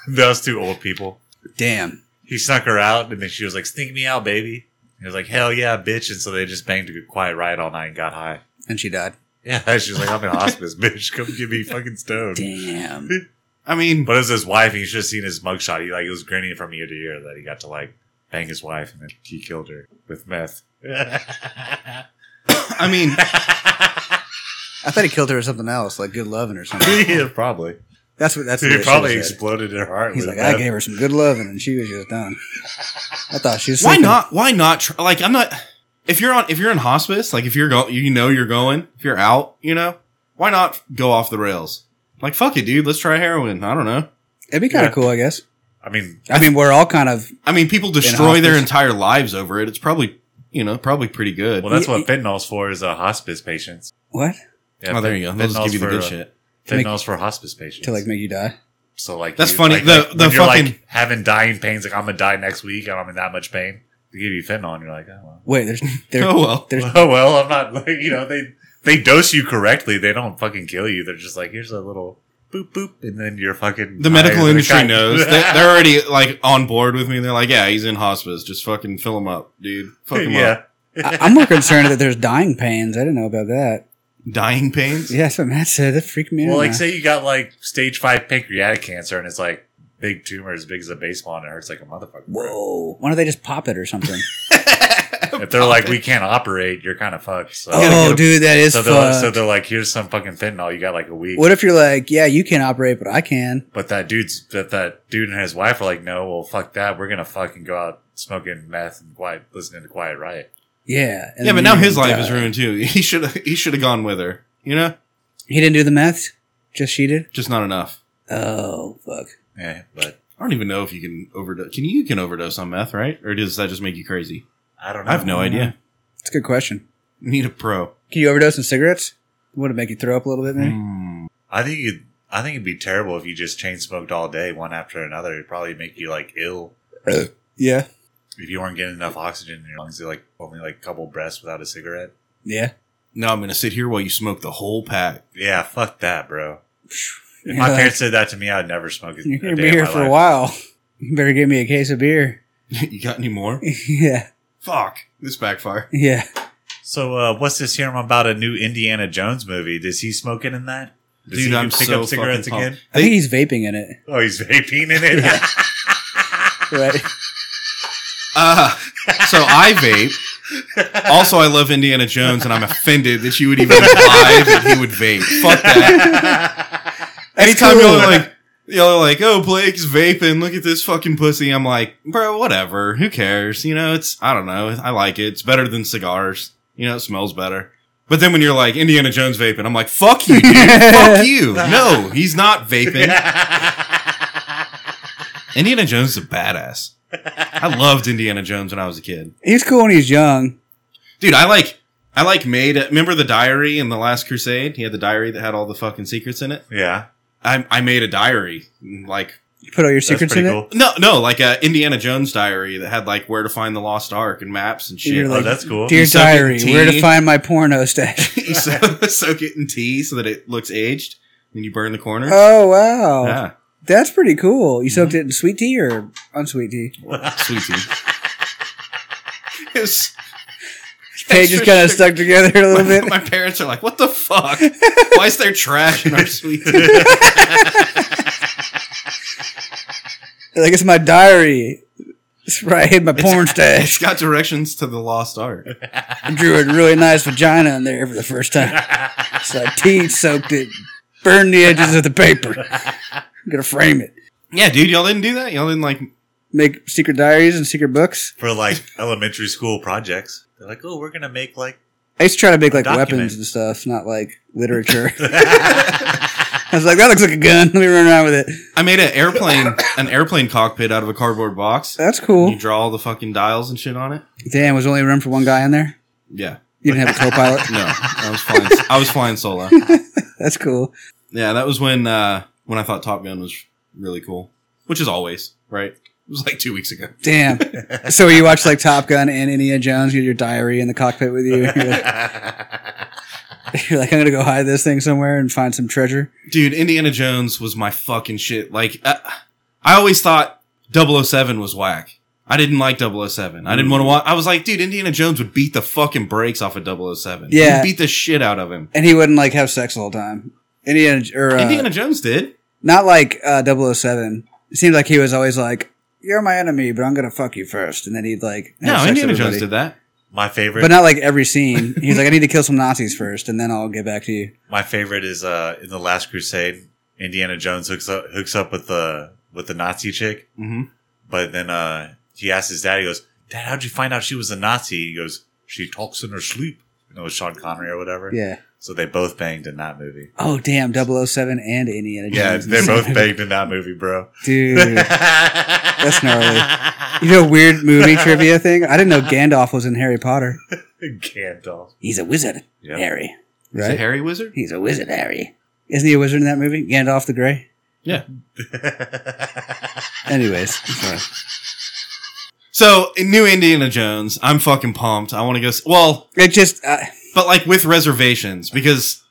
S3: Those two old people.
S2: Damn.
S3: He snuck her out and then she was like, "Stink me out, baby." He was like, "Hell yeah, bitch!" And so they just banged a Quiet Riot all night and got high.
S2: And she died.
S3: Yeah, she was like, "I'm in hospice, bitch. Come give me fucking stoned."
S2: Damn.
S1: I mean,
S3: But it was his wife. and You should have seen his mugshot. He like he was grinning from ear to ear that he got to like bang his wife and then he killed her with meth. yeah,
S1: I mean,
S2: I thought he killed her or something else, like good loving or something.
S3: probably.
S2: That's what that's what
S3: He
S2: she
S3: probably
S2: said.
S3: exploded her heart.
S2: He's
S3: with
S2: like,
S3: meth.
S2: I gave her some good loving, and she was just done. I thought she was.
S1: why
S2: sleeping.
S1: not? Why not? Tr- like, I'm not. If you're on, if you're in hospice, like if you're go, you know you're going. If you're out, you know, why not go off the rails? Like, fuck it, dude. Let's try heroin. I don't know.
S2: It'd be kind
S3: Yeah.
S2: of cool, I guess.
S3: I mean,
S2: I mean, we're all kind of.
S1: I mean, people destroy their
S2: hospice.
S1: entire lives over it. It's probably, you know, probably pretty good.
S3: well, that's
S2: Y-
S3: what fentanyl's for is uh, hospice patients.
S2: What?
S3: Yeah,
S1: oh, there you go. They'll just
S3: fentanyl's
S1: give you the
S3: for,
S1: good
S3: uh,
S1: shit.
S2: To make-
S3: Fentanyl's for hospice patients.
S2: To like make you die?
S3: so like
S1: That's
S3: you-
S1: funny.
S3: like-
S1: The-
S3: like,
S1: the
S3: when you're
S1: fucking-
S3: like having dying pains. Like I'm gonna die next week, and I'm in that much pain. They give you fentanyl, and you're like, oh well.
S2: Wait, there's there.
S1: oh well.
S2: There's
S3: oh well, I'm not like you know they they dose you correctly. They don't fucking kill you. They're just like here's a little boop boop, and then you're fucking
S1: The medical
S3: high as a
S1: industry
S3: kite.
S1: knows. They, they're already like on board with me. They're like, yeah, he's in hospice. Just fucking fill him up, dude. Fuck him
S3: yeah.
S1: up.
S2: I, I'm more concerned that there's dying pains. I didn't know about that.
S1: Dying pains.
S2: Yeah, that's what Matt said. That freaked me
S3: Well,
S2: out.
S3: like say you got like stage five pancreatic cancer, and it's like big tumor as big as a baseball, and it hurts like a motherfucker.
S2: whoa! Why don't they just pop it or something?
S3: If they're like we can't operate, you're kind of fucked. So.
S2: oh, dude, that is
S3: So they're,
S2: fucked.
S1: uh,
S3: so they're like, here's some fucking fentanyl. You got like a week.
S2: what if you're like, yeah, you can't operate, but I can.
S3: But that dude's that that dude and his wife are like, no, well, fuck that. We're gonna fucking go out smoking meth and quiet, listening to Quiet Riot.
S2: Yeah. and
S1: yeah, but
S2: then
S1: now
S2: you
S1: his life
S2: die.
S1: is ruined too. He should he should have gone with her. You know,
S2: He didn't do the meth. Just she did.
S1: just not enough.
S2: Oh fuck.
S3: Yeah, Eh, but
S1: I don't even know if you can overdose. Can you, you can overdose on meth, right? Or does that just make you crazy?
S3: I don't know.
S1: I have
S2: Mm-hmm.
S1: no idea.
S2: That's a good question.
S1: Need a pro.
S2: Can you overdose on cigarettes? Would it make you throw up a little bit, maybe?
S1: Hmm.
S3: I think you. I think it'd be terrible if you just chain smoked all day, one after another. It'd probably make you like ill
S2: Yeah.
S3: if you weren't getting enough oxygen in your lungs. You're like only like a couple breaths without a cigarette.
S2: Yeah.
S1: Now I'm gonna sit here while you smoke the whole pack.
S3: Yeah, fuck that, bro. If
S2: You're
S3: my
S2: like,
S3: parents said that to me, I'd never smoke a,
S2: You're
S3: a
S2: gonna
S3: day
S2: be
S3: in
S2: here
S3: my
S2: for a
S3: life.
S2: while. You better give me a case of beer.
S1: you got any more?
S2: yeah.
S1: Fuck. This backfire.
S2: Yeah.
S3: So, uh, what's this here? I'm about a new Indiana Jones movie. Does he smoke it in that? Does
S1: Dude,
S3: he
S1: I'm
S3: pick
S1: so
S3: up cigarettes
S1: fucking pumped.
S3: again?
S2: I think he's vaping in it.
S3: Oh, he's vaping in it.
S2: Right.
S1: Uh, so I vape. Also, I love Indiana Jones, and I'm offended that you would even lie that he would vape. Fuck that. Anytime
S2: cool.
S1: y'all are like, y'all are like, oh, Blake's vaping. Look at this fucking pussy. I'm like, bro, whatever. Who cares? You know, it's I don't know. I like it. It's better than cigars. You know, it smells better. But then when you're like Indiana Jones vaping, I'm like, fuck you, dude. fuck you. No, he's not vaping. Indiana Jones is a badass. I loved Indiana Jones when I was a kid.
S2: He's cool when he's young.
S1: Dude, I like I like made remember the diary in the Last Crusade? He had the diary that had all the fucking secrets in it.
S3: yeah,
S1: I I made a diary like
S2: You put all your
S3: that's
S2: secrets in
S3: pretty
S2: it.
S3: cool.
S1: no no like a Indiana Jones diary that had like where to find the lost ark and maps and shit.
S2: You're
S3: Oh,
S2: like-
S3: that's cool.
S2: Dear
S1: You suck at
S2: diary, where
S1: tea.
S2: to find my porno stash?
S1: you so- soak it in tea so that it looks aged, and you burn the corner.
S2: Oh wow,
S1: yeah,
S2: that's pretty cool. You soaked it in sweet tea or unsweet tea?
S1: sweet tea. It was-
S2: Pages kind of stuck together a little bit.
S1: My parents are like, "What the fuck? Why is there trash in our sweet tea?"
S2: like it's my diary. It's where I hid my porn
S1: It's
S2: stash.
S1: got directions to the lost ark.
S2: I drew a really nice vagina in there for the first time. So I tea soaked it, burned the edges of the paper. I'm gonna frame it.
S1: Yeah, dude, y'all didn't do that. Y'all didn't like
S2: Make secret diaries and secret books.
S3: for like elementary school projects. They're like, oh, we're gonna make like
S2: I used to try to make like
S3: Document.
S2: weapons and stuff, not like literature. I was like, that looks like a gun. Let me run around with it.
S1: I made an airplane, an airplane cockpit out of a cardboard box.
S2: That's
S1: You
S2: cool.
S1: draw all the fucking dials and shit on it.
S2: Damn, was there only room for one guy in there.
S1: Yeah,
S2: You didn't have a co-pilot.
S1: no, I was flying. I was flying solo.
S2: That's cool.
S1: Yeah, that was when uh, when I thought Top Gun was really cool, which is always right. It was like two weeks ago.
S2: Damn. So you watch like Top Gun and Indiana Jones. You had your diary in the cockpit with you. You're like, you're like, I'm gonna go hide this thing somewhere and find some treasure.
S1: Dude, Indiana Jones was my fucking shit. Like, uh, I always thought 007 was whack. I didn't like 007. I
S2: Mm.
S1: didn't want to watch. I was like, dude, Indiana Jones would beat the fucking brakes off of 007. He'd
S2: Yeah.
S1: beat the shit out of him.
S2: And he wouldn't like have sex the whole time. Indiana or uh,
S1: Indiana Jones did.
S2: not like uh, 007. It seemed like he was always like, "You're my enemy, but I'm gonna fuck you first. and then he'd like, have
S1: No,
S2: sex with
S1: Indiana Jones
S2: everybody.
S1: did that.
S3: My favorite.
S2: but not like every scene. He's like, "I need to kill some Nazis first, and then I'll get back to you."
S3: My favorite is uh, in the Last Crusade. Indiana Jones hooks up hooks up with the with the Nazi chick,
S1: hmm
S3: but then uh, he asks his dad. He goes, "Dad, how'd you find out she was a Nazi?" He goes, "She talks in her sleep." And it was Sean Connery or whatever.
S2: Yeah.
S3: So they both banged in that movie.
S2: Oh damn, 007 and Indiana
S3: Yeah,
S2: Jones.
S3: they both banged in that movie, bro.
S2: Dude,
S3: That's
S2: you know, weird movie trivia thing. I didn't know Gandalf was in Harry Potter.
S3: Gandalf.
S2: He's a wizard,
S3: Yeah.
S2: Harry.
S1: Is it
S2: Right?
S1: Harry Wizard?
S2: He's a wizard, Harry. Isn't he a wizard in that movie? Gandalf the Grey. Anyways, sorry.
S1: So, in new Indiana Jones, I'm fucking pumped. I want to go. s- Well,
S2: it just uh,
S1: but like with reservations because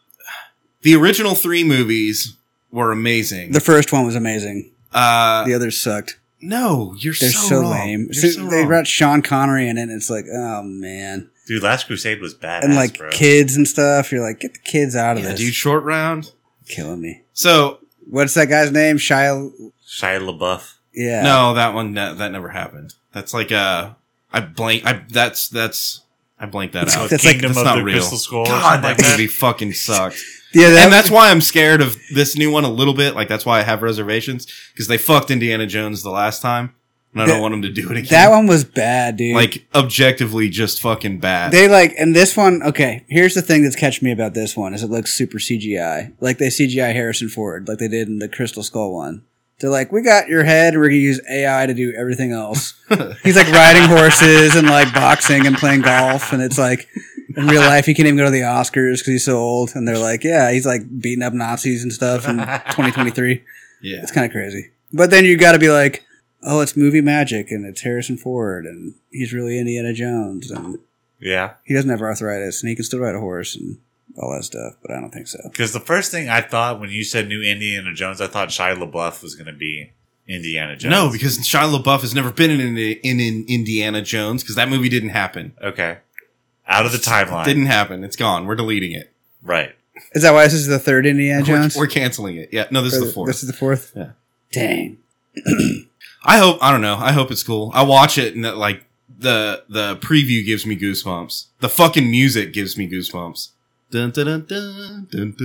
S1: the original three movies were amazing.
S2: the first one was amazing.
S1: uh,
S2: The others sucked.
S1: no, you're
S2: They're
S1: so,
S2: so,
S1: wrong.
S2: lame.
S1: You're
S2: So
S1: so
S2: they
S1: wrong.
S2: brought Sean Connery in it, and it's like, oh man,
S3: Dude, Last Crusade was badass,
S2: and like
S3: bro.
S2: kids and stuff. You're like, get the kids out of
S1: yeah,
S2: this.
S1: dude, short round.
S2: Killing me.
S1: So
S2: What's that guy's name? Shia.
S3: Shia LaBeouf.
S2: Yeah.
S1: no, that one that, that never happened. That's like uh, I blank. I that's that's I blanked that
S2: That's
S1: out.
S2: like-
S3: Kingdom
S1: that's
S3: of
S1: not
S3: the
S1: real.
S3: Crystal Skull. or
S1: God,
S3: something
S1: that
S3: like that.
S1: movie fucking sucked.
S2: Yeah, that,
S1: and that's why I'm scared of this new one a little bit. Like that's why I have reservations because they fucked Indiana Jones the last time, and I
S2: That-
S1: don't want them to do it again.
S2: that one was bad, dude.
S1: like objectively just fucking bad.
S2: They like, and this one, okay. Here's the thing that's catching me about this one is it looks super CGI, like they CGI Harrison Ford, like they did in the Crystal Skull one. They're like, we got your head, and we're gonna use AI to do everything else. He's like riding horses and like boxing and playing golf, and it's like in real life he can't even go to the Oscars because he's so old. And they're like, yeah, he's like beating up Nazis and stuff in 2023.
S1: yeah.
S2: It's kind of crazy. But then you got to be like, oh, it's movie magic, and it's Harrison Ford, and he's really Indiana Jones, and
S3: Yeah.
S2: he doesn't have arthritis and he can still ride a horse and all that stuff, but I don't think so.
S3: Because the first thing I thought when you said new Indiana Jones, I thought Shia LaBeouf was going to be Indiana Jones.
S1: No, because Shia LaBeouf has never been in an, in an Indiana Jones because that movie didn't happen.
S3: okay, out of the timeline,
S1: Didn't happen. It's gone. We're deleting it.
S3: right?
S2: Is that why this is the third Indiana
S1: We're,
S2: Jones?
S1: we're canceling it. Yeah. No, this is
S2: Or
S1: the fourth.
S2: This is the fourth?
S1: Yeah.
S2: Dang.
S1: I hope. I don't know. I hope it's cool. I watch it and that like the the preview gives me goosebumps. The fucking music gives me goosebumps. Dun, dun, dun, dun, dun, dun,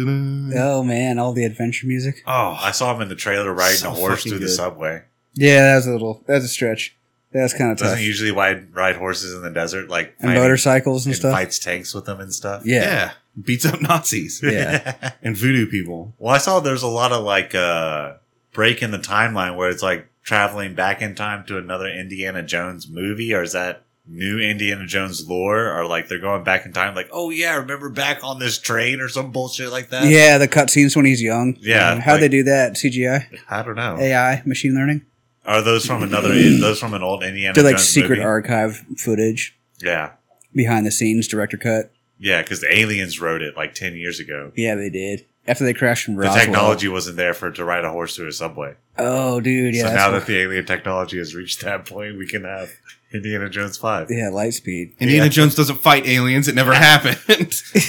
S1: dun.
S2: Oh man, all the adventure music.
S1: Oh,
S3: I saw him in the trailer riding
S1: So
S3: a horse
S1: fucking
S3: through the
S1: good.
S3: subway.
S2: Yeah, that was a little that's a stretch. That's kinda
S3: Doesn't
S2: tough.
S3: he usually ride, ride horses in the desert, like
S2: and
S3: fighting-
S2: motorcycles and stuff.
S3: fights tanks with them and stuff.
S1: yeah.
S2: Yeah.
S1: Beats up Nazis
S2: Yeah.
S1: and voodoo people.
S3: well, I saw there's a lot of like uh break in the timeline where it's like traveling back in time to another Indiana Jones movie, or is that new Indiana Jones lore? Or like they're going back in time, like, oh yeah, remember back on this train or some bullshit like that?
S2: Yeah, the cutscenes when he's young.
S3: Yeah,
S2: How'd they
S3: like- Oh.
S2: do that? CGI?
S3: I don't know.
S2: AI, machine learning?
S3: Are those from another? those from an old Indiana
S2: Did like
S3: Jones
S2: secret
S3: movie?
S2: archive footage,
S3: Yeah,
S2: behind the scenes, director cut.
S3: yeah, because the aliens wrote it like ten years ago.
S2: Yeah, they did. After they crashed in
S3: The
S2: Roswell.
S3: technology wasn't there for to ride a horse through a subway.
S2: Oh dude, yeah.
S3: so
S2: that's
S3: now
S2: what-
S3: that the alien technology has reached that point, we can have Indiana Jones 5.
S2: yeah, light speed.
S1: Indiana
S3: Yeah.
S1: Jones doesn't fight aliens. It never happened.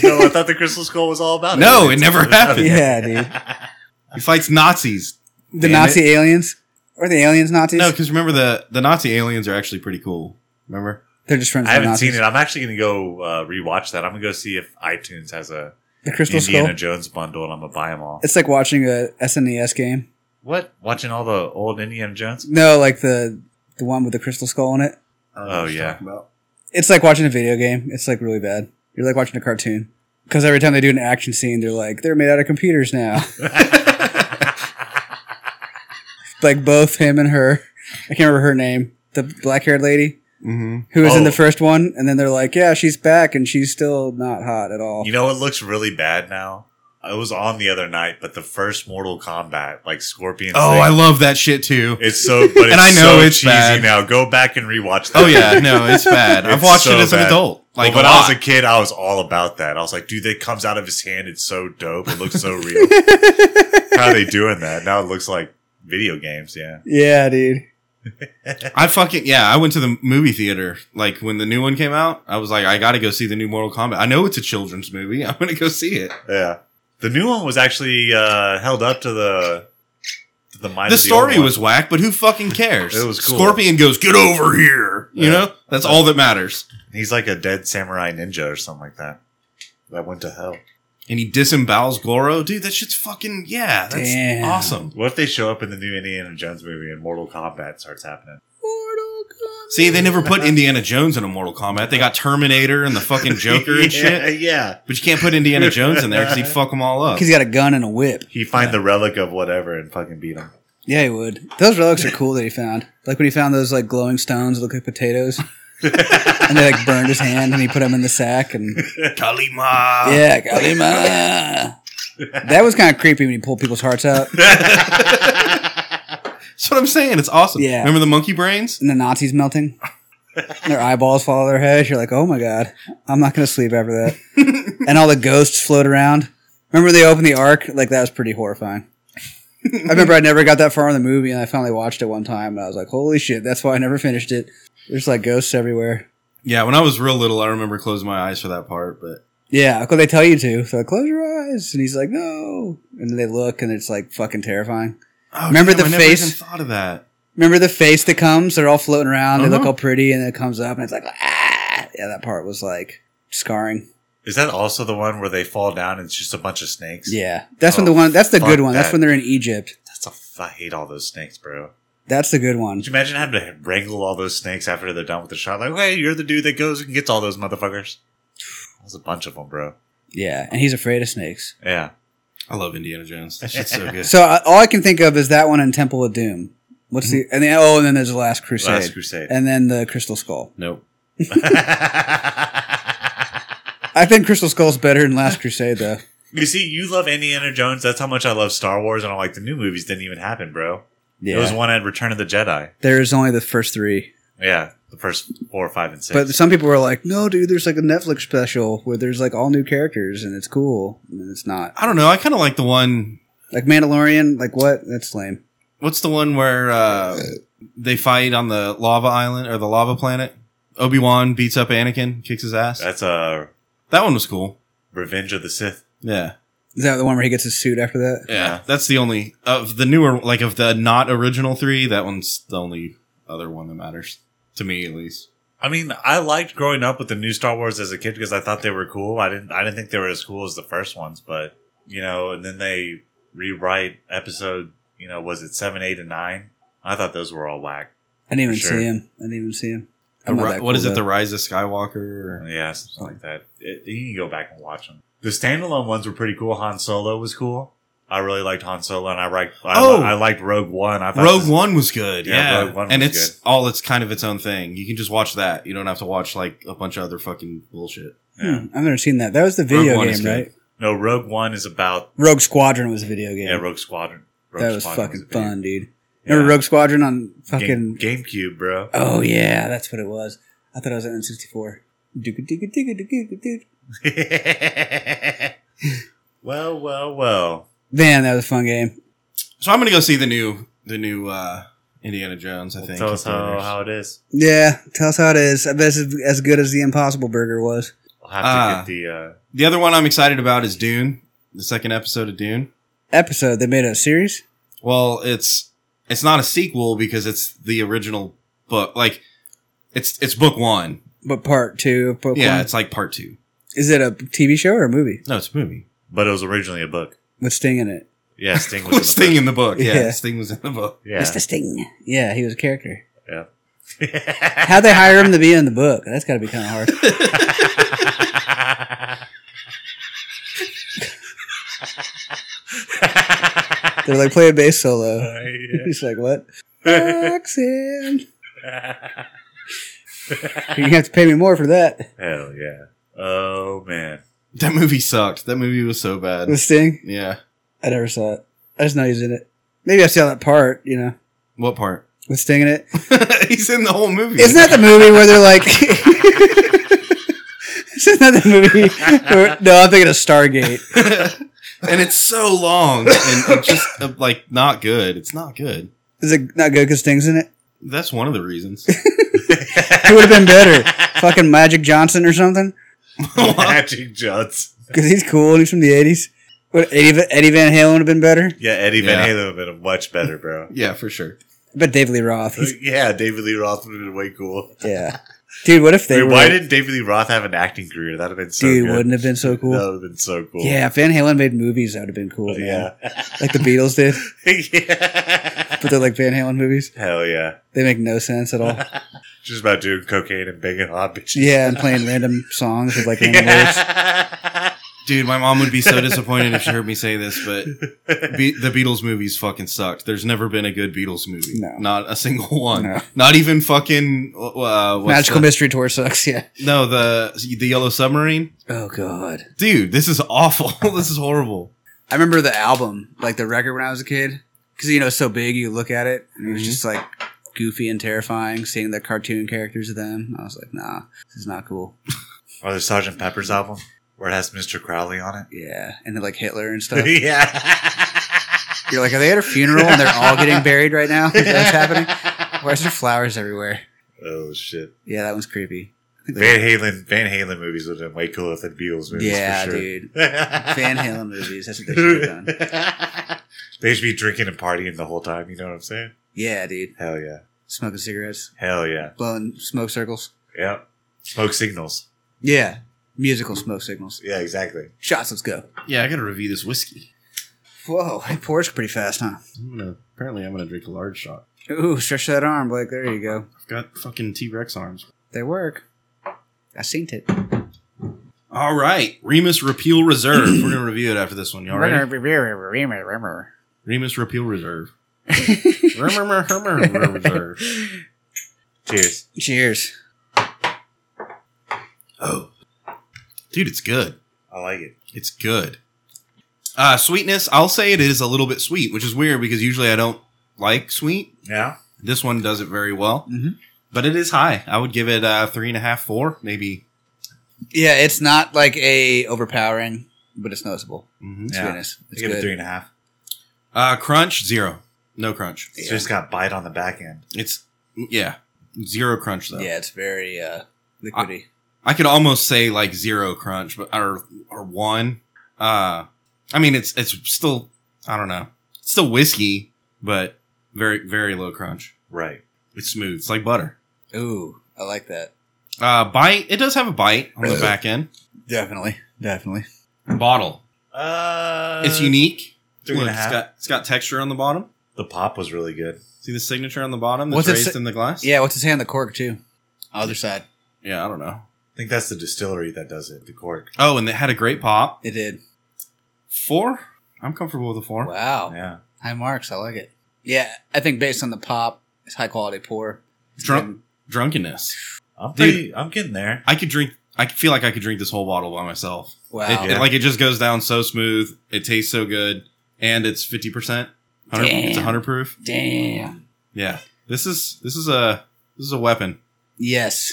S3: no, I thought the Crystal Skull was all about
S1: No,
S3: aliens.
S1: it never happened.
S2: Yeah, dude.
S1: he fights Nazis.
S2: The
S1: Damn
S2: Nazi aliens? Or the aliens Nazis?
S1: No, because remember the the Nazi aliens are actually pretty cool. Remember?
S2: They're just friends
S3: I
S2: with the
S3: haven't
S2: Nazis.
S3: seen it. I'm actually going to go uh, rewatch that. I'm going to go see if iTunes has a
S2: The Crystal
S3: Indiana
S2: Skull.
S3: Jones bundle, and I'm going to buy them all.
S2: It's like watching a SNES game.
S3: What? Watching all the old Indiana Jones?
S2: No, like the the one with the crystal skull in it.
S1: I don't know what
S3: Oh,
S1: you're
S3: yeah.
S1: talking about.
S2: It's like watching a video game. It's like really bad. You're like watching a cartoon. Because every time they do an action scene, they're like, they're made out of computers now. like both him and her. I can't remember her name. The black haired lady
S1: Mm-hmm.
S2: who was in the
S3: Oh.
S2: first one. And then they're like, yeah, she's back and she's still not hot at all.
S3: You know what looks really bad now? It was on the other night, but the first Mortal Kombat, like Scorpion.
S1: Oh,
S3: thing,
S1: I love that shit too.
S3: it's so. But it's
S1: And I know
S3: so
S1: it's
S3: cheesy
S1: bad.
S3: now. Go back and rewatch. That.
S1: Oh yeah, no, it's bad. I've
S3: It's
S1: watched
S3: so
S1: it as an
S3: bad.
S1: adult. Like
S3: Like when
S1: a
S3: I was
S1: lot.
S3: a kid, I was all about that. I was like, dude, that comes out of his hand. It's so dope. It looks so real. How are they doing that? Now it looks like video games. Yeah.
S2: Yeah, dude.
S1: I fucking yeah, I went to the movie theater like when the new one came out. I was like, I gotta go see the new Mortal Kombat. I know it's a children's movie. I'm gonna go see it.
S3: Yeah. The new one was actually uh, held up to the to the mind.
S1: the
S3: of the
S1: story
S3: old
S1: was whack, but who fucking cares?
S3: It was cool.
S1: Scorpion goes, get over here. You
S3: Yeah.
S1: know, that's all that matters.
S3: one. He's like a dead samurai ninja or something like that. That went to hell.
S1: And he disembowels Goro, dude. That shit's fucking yeah. That's
S2: Damn.
S1: awesome.
S3: What if they show up in the new Indiana Jones movie and Mortal Kombat starts happening?
S1: See, they never put Indiana Jones in a Mortal Kombat. They got Terminator and the fucking Joker and
S3: yeah,
S1: shit.
S3: Yeah.
S1: But you can't put Indiana Jones in there because he'd fuck them all up.
S2: He's got a gun and a whip.
S3: He find the relic of whatever and fucking beat him.
S2: Yeah, he would. Those relics are cool that he found. Like when he found those like glowing stones that look like potatoes, and they like burned his hand, and he put them in the sack, and
S1: Kalima.
S2: yeah, Kalima. That was kind of creepy when he pulled people's hearts out,
S1: That's what I'm saying. It's awesome.
S2: Yeah.
S1: Remember the monkey brains?
S2: and the Nazis melting. Their eyeballs fall out of their heads. You're like, oh my god, I'm not gonna sleep after that. and all the ghosts float around. Remember they opened the ark? Like that was pretty horrifying. I remember I never got that far in the movie, and I finally watched it one time, and I was like, holy shit, that's why I never finished it. There's like ghosts everywhere.
S1: Yeah. When I was real little, I remember closing my eyes for that part, but
S2: Yeah, because they tell you to. So like, close your eyes, and he's like, no, and then they look, and it's like fucking terrifying.
S1: Oh,
S2: Remember the
S1: I never
S2: face?
S1: even thought of that.
S2: Remember the face that comes? They're all floating around. They look
S1: Uh-huh.
S2: all pretty, and it comes up, and it's like, ah, yeah. That part was like scarring.
S3: Is that also the one where they fall down and it's just a bunch of snakes?
S2: Yeah, that's when the
S3: Oh,
S2: one. That's the
S3: fuck
S2: good one. That's
S3: that.
S2: when they're in Egypt.
S3: That's a f- I hate all those snakes, bro.
S2: That's the good one.
S3: Could you imagine having to wrangle all those snakes after they're done with the shot? Like, hey, you're the dude that goes and gets all those motherfuckers. That's a bunch of them, bro.
S2: Yeah, and he's afraid of snakes.
S3: Yeah.
S1: I love Indiana Jones. That shit's so good.
S2: So I, all I can think of is that one in Temple of Doom. What's the and then oh, and then there's the Last Crusade,
S3: Last Crusade.
S2: and then the Crystal Skull.
S1: nope.
S2: I think Crystal Skull's better than Last Crusade though.
S3: you see, you love Indiana Jones. That's how much I love Star Wars, and I'm like, the new movies didn't even happen, bro.
S2: Yeah,
S3: It was one at Return of the Jedi.
S2: there's only the first three.
S3: Yeah, the first four, five, and six.
S2: But some people were like, "No, dude, there's like a Netflix special where there's like all new characters and it's cool." And it's not
S1: I don't know. I kind of like the one.
S2: like Mandalorian. Like what? That's lame.
S1: What's the one where uh, they fight on the lava island or the lava planet? Obi Wan beats up Anakin, kicks his ass.
S3: That's a
S1: that one was cool.
S3: Revenge of the Sith.
S1: Yeah,
S2: Is that the one where he gets his suit after that?
S1: yeah. That's the only of the newer, like of the not original three. That one's the only other one that matters to me, at least.
S3: I mean, I liked growing up with the new Star Wars as a kid because I thought they were cool. I didn't I didn't think they were as cool as the first ones, but you know, and then they rewrite episode, you know, was it seven, eight, and nine? I thought those were all whack.
S2: I didn't even
S3: Sure.
S2: see him. I didn't even see him.
S1: The
S2: I'm not
S1: ri-
S2: that
S1: what
S2: cool,
S1: is it? The
S2: though.
S1: Rise of Skywalker? Or,
S3: Yeah, something like that. It, you can go back and watch them. The standalone ones were pretty cool. Han Solo was cool. I really liked Han Solo, and I liked I,
S1: Oh!
S3: I liked Rogue One. I thought
S1: Rogue
S3: this-
S1: One was good,
S3: Yeah,
S1: yeah,
S3: Rogue One
S1: and
S3: was
S1: it's all it's kind of its own thing. You can just watch that. You don't have to watch like a bunch of other fucking bullshit.
S3: Yeah.
S2: Hmm, I've never seen that. That was the
S1: Rogue
S2: video
S1: One is
S2: game,
S1: good.
S2: right?
S3: No, Rogue One is about
S2: Rogue Squadron was a video game.
S3: yeah, Rogue Squadron. Rogue
S2: that was
S3: Squadron
S2: fucking
S3: a big-
S2: fun, dude.
S3: Yeah.
S2: Remember Rogue Squadron on fucking?
S3: Game- GameCube, bro.
S2: Oh yeah, that's what it was. I thought it was an N64. Dooka dooka dooka dooka dooka dooka.
S3: well, well, well.
S2: Man, that was a fun game.
S1: So I'm gonna go see the new the new uh Indiana Jones. I think.
S3: Tell us how, how it is.
S2: Yeah, tell us how it is. I bet it's as good as the Impossible Burger was.
S3: I'll have to
S1: Ah.
S3: get the. Uh,
S1: the other one I'm excited about is Dune, the second episode of Dune.
S2: episode. They made a series.
S1: Well, it's it's not a sequel because it's the original book. Like it's it's book one.
S2: But part two of Pokemon.
S1: yeah, it's like part two.
S2: Is it a TV show or a movie
S1: No, it's a movie.
S3: but it was originally a book.
S2: with Sting in it?
S3: Yeah, Sting was in
S1: Sting
S3: the book.
S1: in the book. Yeah,
S2: Yeah.
S1: Sting was in the book.
S3: Yeah,
S2: Sting. Yeah, he was a character.
S3: yeah.
S4: How'd they hire him to be in the book? That's got to be kind of hard. They're like, play a bass solo. He's like, what? Roxanne. You have to pay me more for that.
S3: Hell yeah. Oh man.
S1: That movie sucked. That movie was so bad.
S4: The Sting?
S1: Yeah.
S4: I never saw it. I just know he's in it. Maybe I saw that part, you know,
S1: What part?
S4: with Sting in it.
S1: He's in the whole movie.
S4: Isn't that the movie where they're like. Isn't that the movie? where- no, I'm thinking of Stargate.
S1: and it's so long and, and just uh, like not good. It's not good.
S4: Is it not good because Sting's in it?
S1: That's one of the reasons.
S4: It would have been better. Fucking Magic Johnson or something.
S3: Magic Johnson.
S4: Because he's cool and he's from the 80s. Would Eddie, Va- Eddie Van Halen would have been better?
S3: Yeah, Eddie
S1: Yeah.
S3: Van Halen would have been much better, bro.
S1: yeah, for sure.
S4: But David Lee Roth. He's,
S3: yeah, David Lee Roth would have been way cool.
S4: yeah. Dude, what if they
S3: Dude,
S4: were.
S3: why didn't David Lee Roth have an acting career? That'd have been so
S4: dude,
S3: good.
S4: wouldn't have been so cool.
S3: That would have been so cool.
S4: Yeah, if Van Halen made movies, that would have been cool. Man.
S3: Yeah.
S4: Like the Beatles did,
S3: yeah.
S4: but they're like Van Halen movies.
S3: Hell yeah.
S4: They make no sense at all.
S3: Just about doing cocaine and banging hot bitches.
S4: Yeah, and playing random songs with like random words.
S3: Yeah.
S1: Dude, my mom would be so disappointed if she heard me say this, but Be- the Beatles movies fucking sucked. There's never been a good Beatles movie.
S4: No.
S1: Not a single one.
S4: No.
S1: Not even fucking uh, what's
S4: Magical
S1: the-
S4: Mystery Tour sucks. Yeah.
S1: No, the the Yellow Submarine.
S4: Oh god.
S1: Dude, this is awful. this is horrible.
S2: I remember the album, like the record when I was a kid, because you know it's so big. You look at it, and it was
S1: Mhm.
S2: just like goofy and terrifying. Seeing the cartoon characters of them, I was like, nah, this is not cool.
S3: Or the Sgt. Pepper's album where it has Mr. Crowley on
S2: Yeah, and then like Hitler and stuff.
S3: it. yeah.
S2: You're like, are they at a funeral and they're all getting buried right now? Is that what's happening? Why is there flowers everywhere?
S3: Oh shit.
S2: Yeah, that one's creepy.
S3: Van Halen Van Halen movies would have been way cooler than Beatles movies.
S2: yeah,
S3: for sure.
S2: dude. Van
S3: Van
S2: Halen movies. That's what they should have done.
S3: they should be drinking and partying the whole time. You know what I'm saying?
S2: Yeah, dude.
S3: Hell yeah.
S2: Smoking cigarettes,
S3: Hell yeah.
S2: blowing smoke circles.
S3: Yep. Smoke signals.
S2: Yeah, musical smoke signals.
S3: Yeah, exactly.
S2: Shots. Let's go.
S1: Yeah, I gotta review this whiskey.
S2: Whoa, it pours pretty fast, huh?
S1: I'm gonna, apparently, I'm gonna drink a large shot.
S2: Ooh, stretch that arm, Blake. There you go.
S1: I've got fucking T Rex arms.
S2: They work. I seen it.
S1: All right, Remus Repeal Reserve. We're gonna review it after this one. Y'all ready? Remus Repeal Reserve. Remus Repeal Reserve.
S3: Cheers.
S2: Cheers.
S1: Oh, dude, it's good.
S3: I like it.
S1: It's good. Uh, sweetness, I'll say it is a little bit sweet, which is weird because usually I don't like sweet.
S3: Yeah.
S1: This one does it very well,
S2: Mhm.
S1: but it is high. I would give it uh, three and a half, four, maybe.
S2: Yeah, it's not like a overpowering, but it's noticeable.
S1: Mhm.
S3: Yeah.
S2: Sweetness.
S3: I
S2: It's
S3: give it
S2: good.
S3: three and a half.
S1: Uh, crunch zero, no crunch.
S3: It's just got bite on the back end.
S1: It's yeah, zero crunch though.
S2: Yeah, it's very uh, liquidy.
S1: I could almost say like zero crunch, but or or one. Uh, I mean it's it's still I don't know, it's still whiskey, but very very low crunch.
S3: Right.
S1: It's smooth. It's like butter.
S2: Ooh, I like that.
S1: Uh, bite. It does have a bite on the back end.
S2: Definitely, definitely.
S1: Bottle.
S3: Uh,
S1: It's unique.
S3: Three and a
S1: Look,
S3: half.
S1: It's got it's got texture on the bottom.
S3: the pop was really good.
S1: See the signature on the bottom that's
S2: What's it
S1: raised
S2: sa-
S1: in the glass.
S2: Yeah, what's his hand? The cork too. Other side.
S1: Yeah, I don't know.
S3: I think that's the distillery that does it, the cork.
S1: Oh, and it had a great pop.
S2: It did.
S1: Four. I'm comfortable with a four.
S2: Wow.
S3: Yeah.
S2: High marks. I like it. Yeah, I think based on the pop, it's high quality pour.
S1: Drunk drunkenness.
S3: I'm
S1: Dude.
S3: pretty, I'm getting there.
S1: I could drink. I feel like I could drink this whole bottle by myself.
S2: Wow.
S1: It,
S3: Yeah.
S1: it- like it just goes down so smooth. It tastes so good, and it's fifty percent. It's
S2: Damn.
S1: hundred proof.
S2: Damn.
S1: Yeah, this is this is a this is a weapon.
S2: Yes.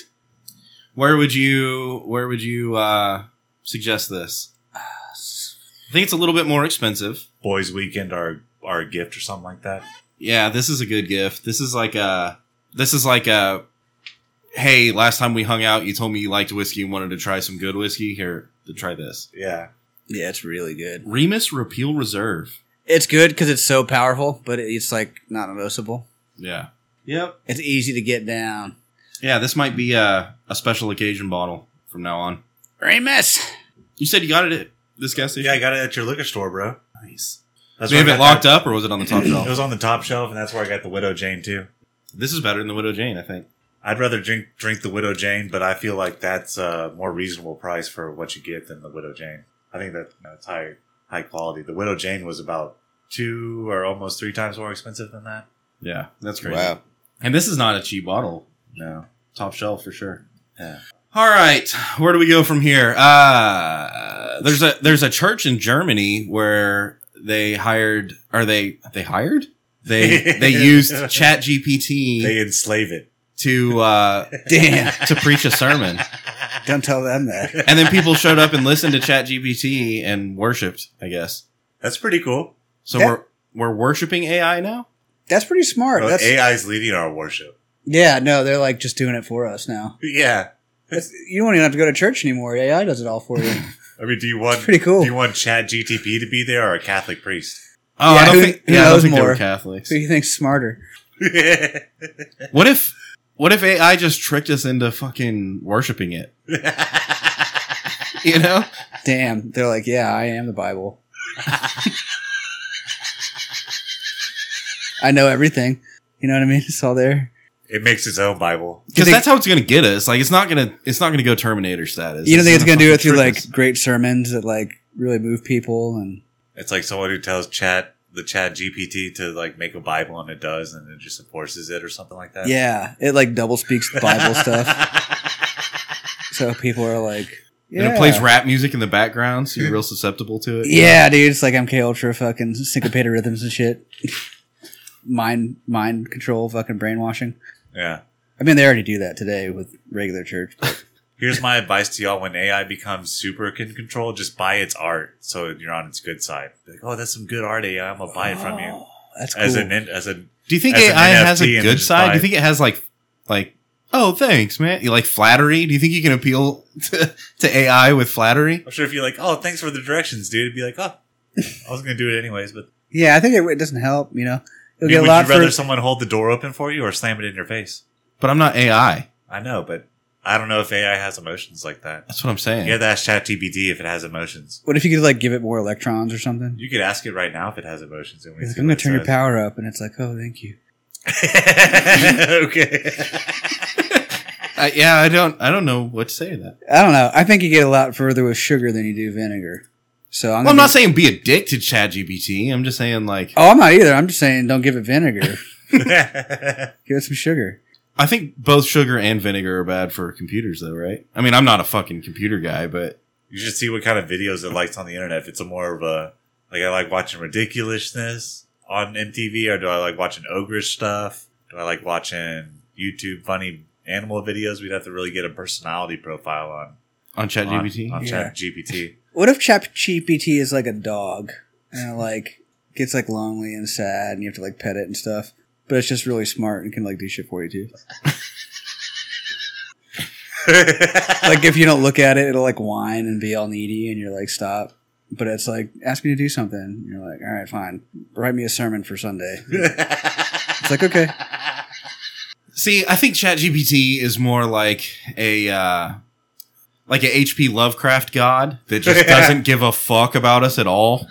S1: Where would you where would you uh, suggest this? I think it's a little bit more expensive.
S3: Boys Weekend are are a gift or something like that.
S1: Yeah, this is a good gift. This is like a this is like a hey. Last time we hung out, you told me you liked whiskey and wanted to try some good whiskey. Here, to try this.
S3: Yeah.
S2: Yeah, it's really good.
S1: Remus Repeal Reserve.
S2: It's good because it's so powerful, but it's like not noticeable.
S1: Yeah. Yep.
S2: It's easy to get down.
S1: Yeah, this might be a, a special occasion bottle from now on.
S2: Remus.
S1: You said you got it at this gas station?
S3: Yeah, I got it at your liquor store, bro.
S1: nice.
S3: That's
S1: Do we have
S3: where I
S1: it
S3: got
S1: locked up or was it on the top
S3: that- It
S1: shelf?
S3: was on the top shelf, and that's where I got the Widow Jane too.
S1: This is better than the Widow Jane, I think.
S3: I'd rather drink drink the Widow Jane, but I feel like that's a more reasonable price for what you get than the Widow Jane. I think that that's high high quality. The Widow Jane was about two or almost three times more expensive than that.
S1: Yeah, that's crazy.
S5: Wow.
S1: And this is not a cheap bottle.
S3: No,
S1: Top shelf for sure.
S3: yeah,
S1: All right, where do we go from here? Uh, there's a there's a church in Germany where they hired are they they hired they they used Chat
S3: they
S1: GPT
S3: enslave it.
S1: to uh,
S2: Damn.
S1: to preach a sermon,
S2: Don't tell them that.
S1: and then people showed up and listened to Chat GPT and worshipped. I guess
S3: That's pretty cool.
S1: so.
S2: Yeah.
S1: We're we're worshiping AI now.
S2: That's pretty smart.
S3: Well,
S2: That's
S3: AI Oh, is leading our worship.
S2: yeah. No, they're like just doing it for us now.
S3: Yeah,
S2: That's, you don't even have to go to church anymore. AI does it all for you.
S3: I mean, do you want
S2: Pretty cool.
S3: do you want Chad GTP to be there or a Catholic priest?
S1: Oh,
S2: Yeah,
S1: I don't
S2: who-
S1: think
S2: who
S1: yeah, I don't
S2: knows
S1: think they were
S2: more?
S1: Catholics.
S2: Who you think's smarter?
S1: What if what if AI just tricked us into fucking worshiping it? You know.
S2: Damn. They're like, yeah, I am the Bible. I know everything. You know what I mean? It's all there.
S3: it makes its own Bible.
S2: You
S1: because
S2: think-
S1: that's how it's going to get us. Like it's not going to it's not going to go Terminator status.
S2: You don't think it's gonna do it
S1: fucking
S2: through
S1: trick us.
S2: like great sermons that like really move people and
S3: It's like someone who tells Chat the Chat GPT to like make a Bible and it does, and it just enforces it or something like that.
S2: yeah, it like double speaks Bible stuff. So people are like, yeah.
S1: and it plays rap music in the background, so you're real susceptible to it.
S2: Yeah, dude, it's like MK Ultra, fucking syncopated rhythms and shit. mind, mind control, fucking brainwashing.
S3: yeah.
S2: I mean, they already do that today with regular church.
S3: Here's my advice to y'all: when AI becomes super can control, just buy its art, so you're on its good side. Be Like, oh, that's some good art, AI. I'm gonna buy it from you.
S2: Oh, That's cool.
S3: As an in- as a
S1: Do you think
S3: As an
S1: AI has
S3: NFT
S1: a
S3: and
S1: good
S3: just
S1: side?
S3: buy
S1: Do you
S3: it.
S1: think it has like like oh thanks man, you like flattery? Do you think you can appeal to, to AI with flattery?
S3: I'm sure if you're like, oh, thanks for the directions, dude, it'd be like, oh, I was gonna do it anyways, but
S2: yeah, I think it, it doesn't help. You know,
S3: I
S2: you'll
S3: mean,
S2: get a
S3: would
S2: lot
S3: you rather
S2: for.
S3: someone hold the door open for you or slam it in your face?
S1: But I'm not AI.
S3: I know, but I don't know if AI has emotions like that.
S1: That's what I'm saying.
S3: You have to ask ChatGPT if it has emotions.
S2: What if you could like give it more electrons or something?
S3: You could ask it right now if it has emotions. And we
S2: Like,
S3: see
S2: I'm gonna
S3: what it
S2: turn your
S3: says.
S2: power up, and it's like, oh, thank you.
S3: okay.
S1: I, yeah, I don't I don't know what to say to that.
S2: I don't know. I think you get a lot further with sugar than you do vinegar. So I'm,
S1: Well, I'm
S2: gonna
S1: not
S2: be-
S1: saying be a dick to ChatGPT. I'm just saying like
S2: Oh, I'm not either. I'm just saying, don't give it vinegar. give it some sugar.
S1: I think both sugar and vinegar are bad for computers, though, right? I mean, I'm not a fucking computer guy, but
S3: you should see what kind of videos it likes on the internet. If it's a more of a like, I like watching ridiculousness on MTV, or do I like watching ogreish stuff? Do I like watching YouTube funny animal videos? We'd have to really get a personality profile on
S1: on ChatGPT,
S3: On, on
S2: Yeah.
S3: ChatGPT.
S2: What if Chat GPT is like a dog and it, like gets like lonely and sad, and you have to like pet it and stuff? But it's just really smart and can like do shit for you too. Like if you don't look at it, it'll like whine and be all needy, and you're like, stop. But it's like, ask me to do something. And you're like, all right, fine. Write me a sermon for Sunday. It's like, okay.
S1: See, I think ChatGPT is more like a uh, like a HP Lovecraft god that just
S3: Yeah.
S1: doesn't give a fuck about us at all,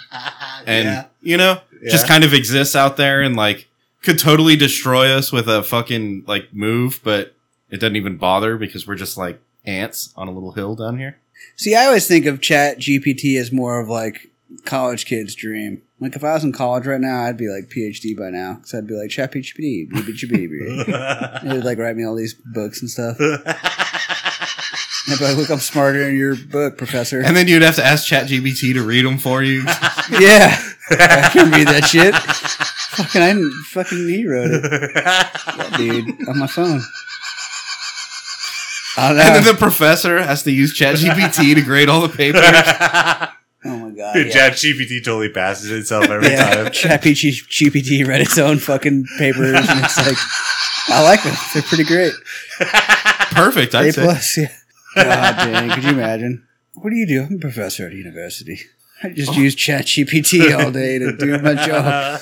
S1: and
S3: Yeah.
S1: you know, just kind of exists out there and like could totally destroy us with a fucking like move, but it doesn't even bother because we're just like ants on a little hill down here.
S2: See, I always think of Chat GPT as more of like college kid's dream. Like if I was in college right now, I'd be like PhD by now because I'd be like Chat GPT, BBGB. It would like write me all these books and stuff. And I'd be like, look, I'm smarter in your book, professor.
S1: And then you'd have to ask ChatGPT to read them for you.
S2: yeah, I can read that shit. Fucking, I didn't fucking he wrote it, dude, on my phone. I don't
S1: And then
S2: know.
S1: the professor has to use ChatGPT to grade all the papers.
S2: oh my god,
S3: Dude,
S2: yeah.
S3: ChatGPT totally passes itself every
S2: Yeah,
S3: time.
S2: Chappy G- GPT read its own fucking papers, and it's like, I like them. They're pretty great.
S1: Perfect, I'd
S2: A
S1: say.
S2: plus. Yeah. God dang, could you imagine? What do you do? I'm a professor at a university. I just
S1: Oh.
S2: use Chat GPT all day to do my job.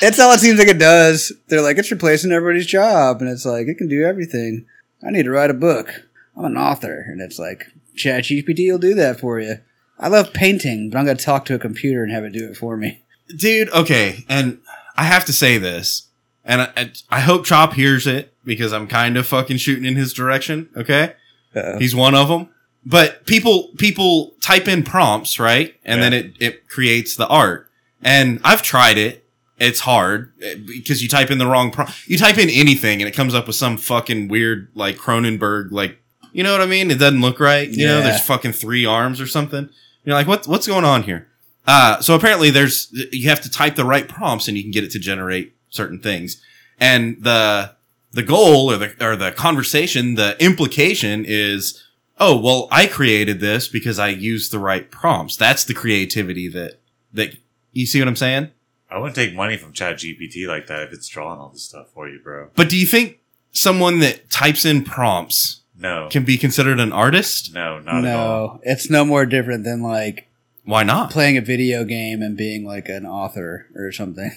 S2: That's all it seems like it does. They're like, it's replacing everybody's job, and it's like it can do everything. I need to write a book. I'm an author, and it's like Chat GPT will do that for you. I love painting, but I'm gonna talk to a computer and have it do it for me.
S1: Dude, okay, and I have to say this, and I, I hope Chop hears it because I'm kind of fucking shooting in his direction. Okay.
S4: Uh-oh.
S1: He's one of them. But people people type in prompts, right? And
S3: Yeah.
S1: then it it creates the art. And I've tried it. It's hard eh, because you type in the wrong prompt. You type in anything and it comes up with some fucking weird like Cronenberg like you know what I mean? It doesn't look right. You know,
S4: Yeah.
S1: there's fucking three arms or something. You're like, "What what's going on here?" Uh, so apparently there's you have to type the right prompts and you can get it to generate certain things. And the the goal or the or the conversation, the implication is, oh well, I created this because I used the right prompts. That's the creativity that that you see what I'm saying.
S3: I wouldn't take money from Chat GPT like that if it's drawing all this stuff for you, bro.
S1: But do you think someone that types in prompts
S3: No,
S1: can be considered an artist?
S3: no, not at all.
S4: no, it's no more different than like
S1: Why not?
S4: playing a video game and being like an author or something.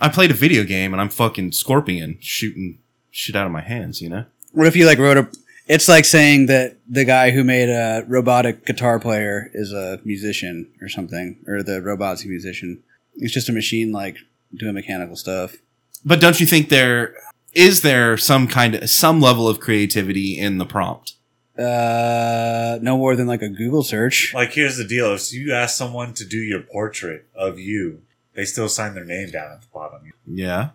S1: I played a video game and I'm fucking scorpion shooting shit out of my hands. You know.
S4: What if you like wrote a? It's like saying that the guy who made a robotic guitar player is a musician or something, or the robot's a musician. It's just a machine like doing mechanical stuff.
S1: But don't you think there is there some kind of some level of creativity in the prompt?
S4: Uh, no more than like a Google search.
S3: Like, here's the deal: if you ask someone to do your portrait of you, they still sign their name down at the bottom.
S1: Yeah.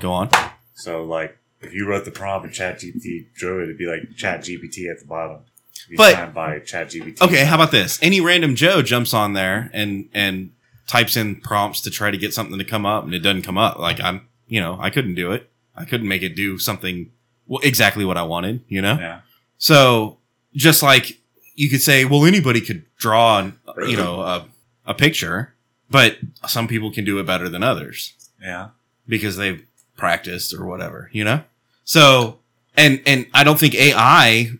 S1: Go on.
S3: So, like, if you wrote the prompt and Chat GPT drew it, it'd be like Chat GPT at the bottom. It'd be
S1: But-
S3: signed by Chat GPT.
S1: Okay, how about this? Any random Joe jumps on there and and types in prompts to try to get something to come up and it doesn't come up. Like I'm, you know, I couldn't do it. I couldn't make it do something well, exactly what I wanted, you know?
S3: Yeah.
S1: So, just like you could say, well anybody could draw an, you know, a, a picture, but some people can do it better than others
S3: Yeah.
S1: because they've practiced or whatever, you know? So, and, and I don't think AI,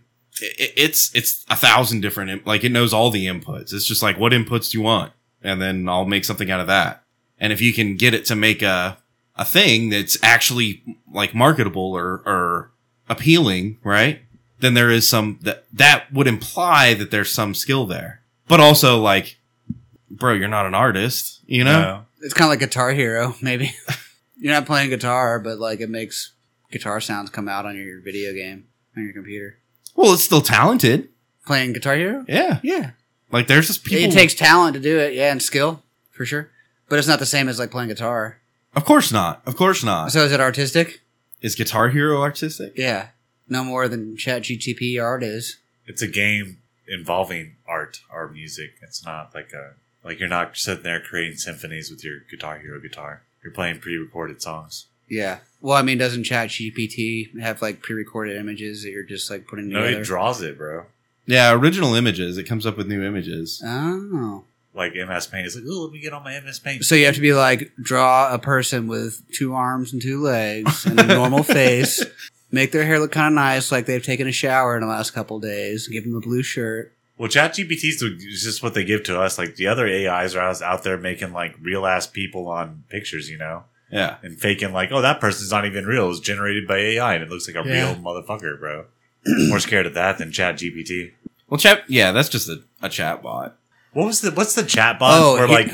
S1: it, it's, it's a thousand different, im- like it knows all the inputs. It's just like, what inputs do you want? And then I'll make something out of that. And if you can get it to make a, a thing that's actually like marketable or, or appealing, right? Then there is some that, that would imply that there's some skill there, but also like, bro, you're not an artist, you know?
S3: No.
S2: It's kind of like Guitar Hero, maybe. You're not playing guitar, but like it makes guitar sounds come out on your video game on your computer.
S1: Well, it's still talented.
S2: Playing Guitar Hero?
S1: Yeah.
S2: Yeah.
S1: Like there's just people.
S2: It takes talent to do it, yeah, and skill, for sure. But it's not the same as like playing guitar.
S1: of course not. Of course not.
S2: So is it artistic?
S1: Is Guitar Hero artistic?
S2: Yeah. No more than chat GTP art is.
S3: It's a game involving art or music. It's not like a like you're not sitting there creating symphonies with your Guitar Hero guitar. You're playing pre-recorded songs.
S2: Yeah. Well, I mean, doesn't chat GPT have like pre recorded images that you're just like putting
S3: No,
S2: together?
S3: it draws it, bro.
S1: Yeah, original images. It comes up with new images.
S2: oh.
S3: Like MS Paint is like, oh, let me get on my MS Paint.
S2: So you have to be like draw a person with two arms and two legs and a normal face, make their hair look kind of nice, like they've taken a shower in the last couple days, give them a blue shirt.
S3: Well, ChatGPT is just what they give to us. Like the other AIs are out- out there making like real ass people on pictures, you know,
S1: Yeah.
S3: and faking like, oh, that person's not even real. It's generated by AI and it looks like a
S2: Yeah.
S3: real motherfucker, bro. More scared of that than ChatGPT.
S1: Well, chat. Yeah, that's just a, a chat bot.
S3: What was the what's the chat bot
S2: Oh,
S3: where
S2: yeah.
S3: like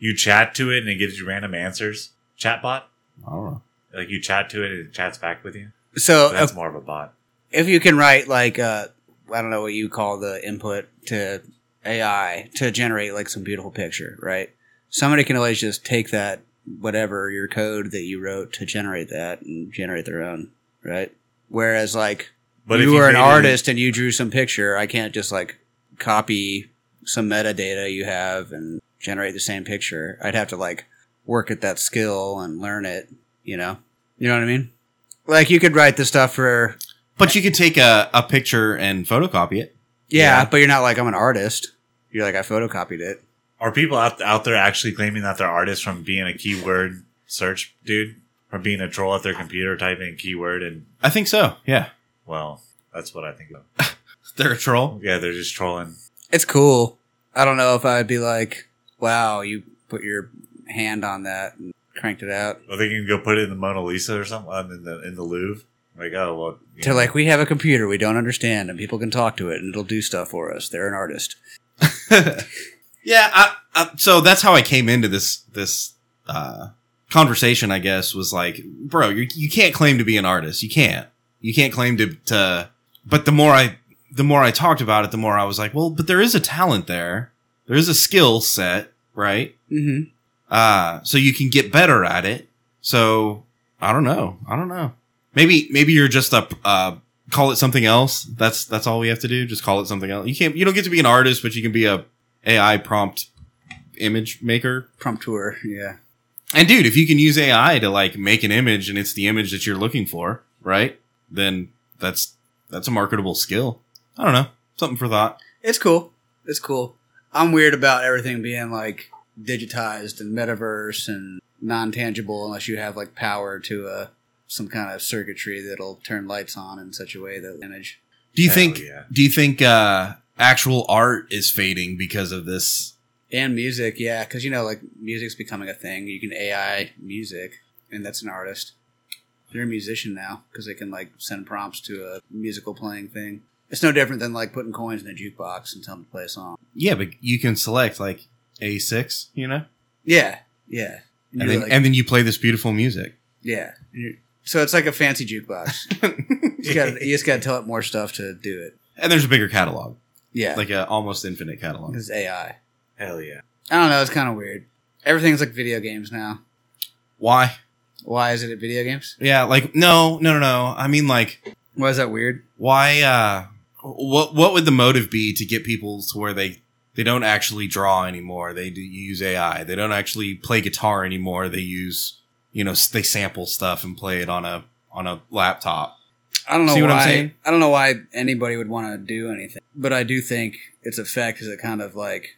S3: you chat to it and it gives you random answers? Chatbot?
S1: I don't know.
S3: Like you chat to it and it chats back with you?
S2: So
S3: That's
S2: if,
S3: more of a bot.
S2: if you can write like uh, I don't know what you call the input to AI to generate like some beautiful picture, right? Somebody can always just take that whatever your code that you wrote to generate that and generate their own, right? Whereas like
S3: But
S2: you were an
S3: created-
S2: artist and you drew some picture. I can't just like copy some metadata you have and generate the same picture. I'd have to like work at that skill and learn it. You know, you know what I mean? Like you could write the stuff for
S1: But you could take a, a picture and photocopy it.
S2: yeah,
S3: Yeah.
S2: but you're not like I'm an artist. You're like I photocopied it.
S3: Are people out out there actually claiming that they're artists from being a keyword search dude? From being a troll at their computer typing a keyword and
S1: I think so. Yeah.
S3: well, that's what I think of.
S1: They're a troll.
S3: Yeah, they're just trolling.
S2: It's cool. I don't know if I'd be like, wow, you put your hand on that and cranked it out.
S3: Or they can go put it in the Mona Lisa or something um, in the in the Louvre. Like, oh well you
S2: To
S3: know.
S2: like we have a computer we don't understand and people can talk to it and it'll do stuff for us. They're an artist.
S1: yeah. I, I, so that's how I came into this this uh, conversation. I guess was like, bro, you you can't claim to be an artist. You can't. You can't claim to, to but the more I the more I talked about it, the more I was like, well, but there is a talent there. There is a skill set, right?
S4: hmm
S2: Mm-hmm.
S1: Uh so you can get better at it. So I don't know. I don't know. Maybe maybe you're just a uh call it something else. That's that's all we have to do. Just call it something else. You can't you don't get to be an artist, but you can be a AI prompt image maker
S4: Prompteur. Yeah.
S1: and dude, if you can use AI to like make an image and it's the image that you're looking for, right? Then that's that's a marketable skill. I don't know. Something for thought.
S2: It's cool. It's cool. I'm weird about everything being like digitized and metaverse and non tangible unless you have like power to uh, some kind of circuitry that'll turn lights on in such a way that image.
S1: Do you
S3: Hell
S1: think
S3: yeah.
S1: do you think uh actual art is fading because of this?
S2: And music, yeah, because you know, like music's becoming a thing. You can AI music, and that's an artist. They're a musician now because they can like send prompts to a musical playing thing. It's no different than like putting coins in a jukebox and telling them to play a song.
S1: Yeah, but you can select like A6, you know?
S2: Yeah, yeah.
S1: And,
S2: you're
S1: then
S2: like-
S1: and then you play this beautiful music.
S2: Yeah. So it's like a fancy jukebox. you, just gotta, you just gotta tell it more stuff to do it.
S1: And there's a bigger catalog.
S2: Yeah.
S1: Like a almost infinite catalog.
S2: it's AI.
S3: Hell yeah.
S2: I don't know. It's kind of weird. Everything's like video games now.
S1: Why?
S2: Why is it at video games?
S1: Yeah, like no, no, no, no. I mean like
S2: Why is that weird?
S1: why uh what what would the motive be to get people to where they they don't actually draw anymore they do use ai they don't actually play guitar anymore they use you know s- they sample stuff and play it on a on a laptop
S2: I don't know
S1: See
S2: why.
S1: what I'm saying?
S2: I don't know why anybody would want to do anything, but I do think its effect is it kind of like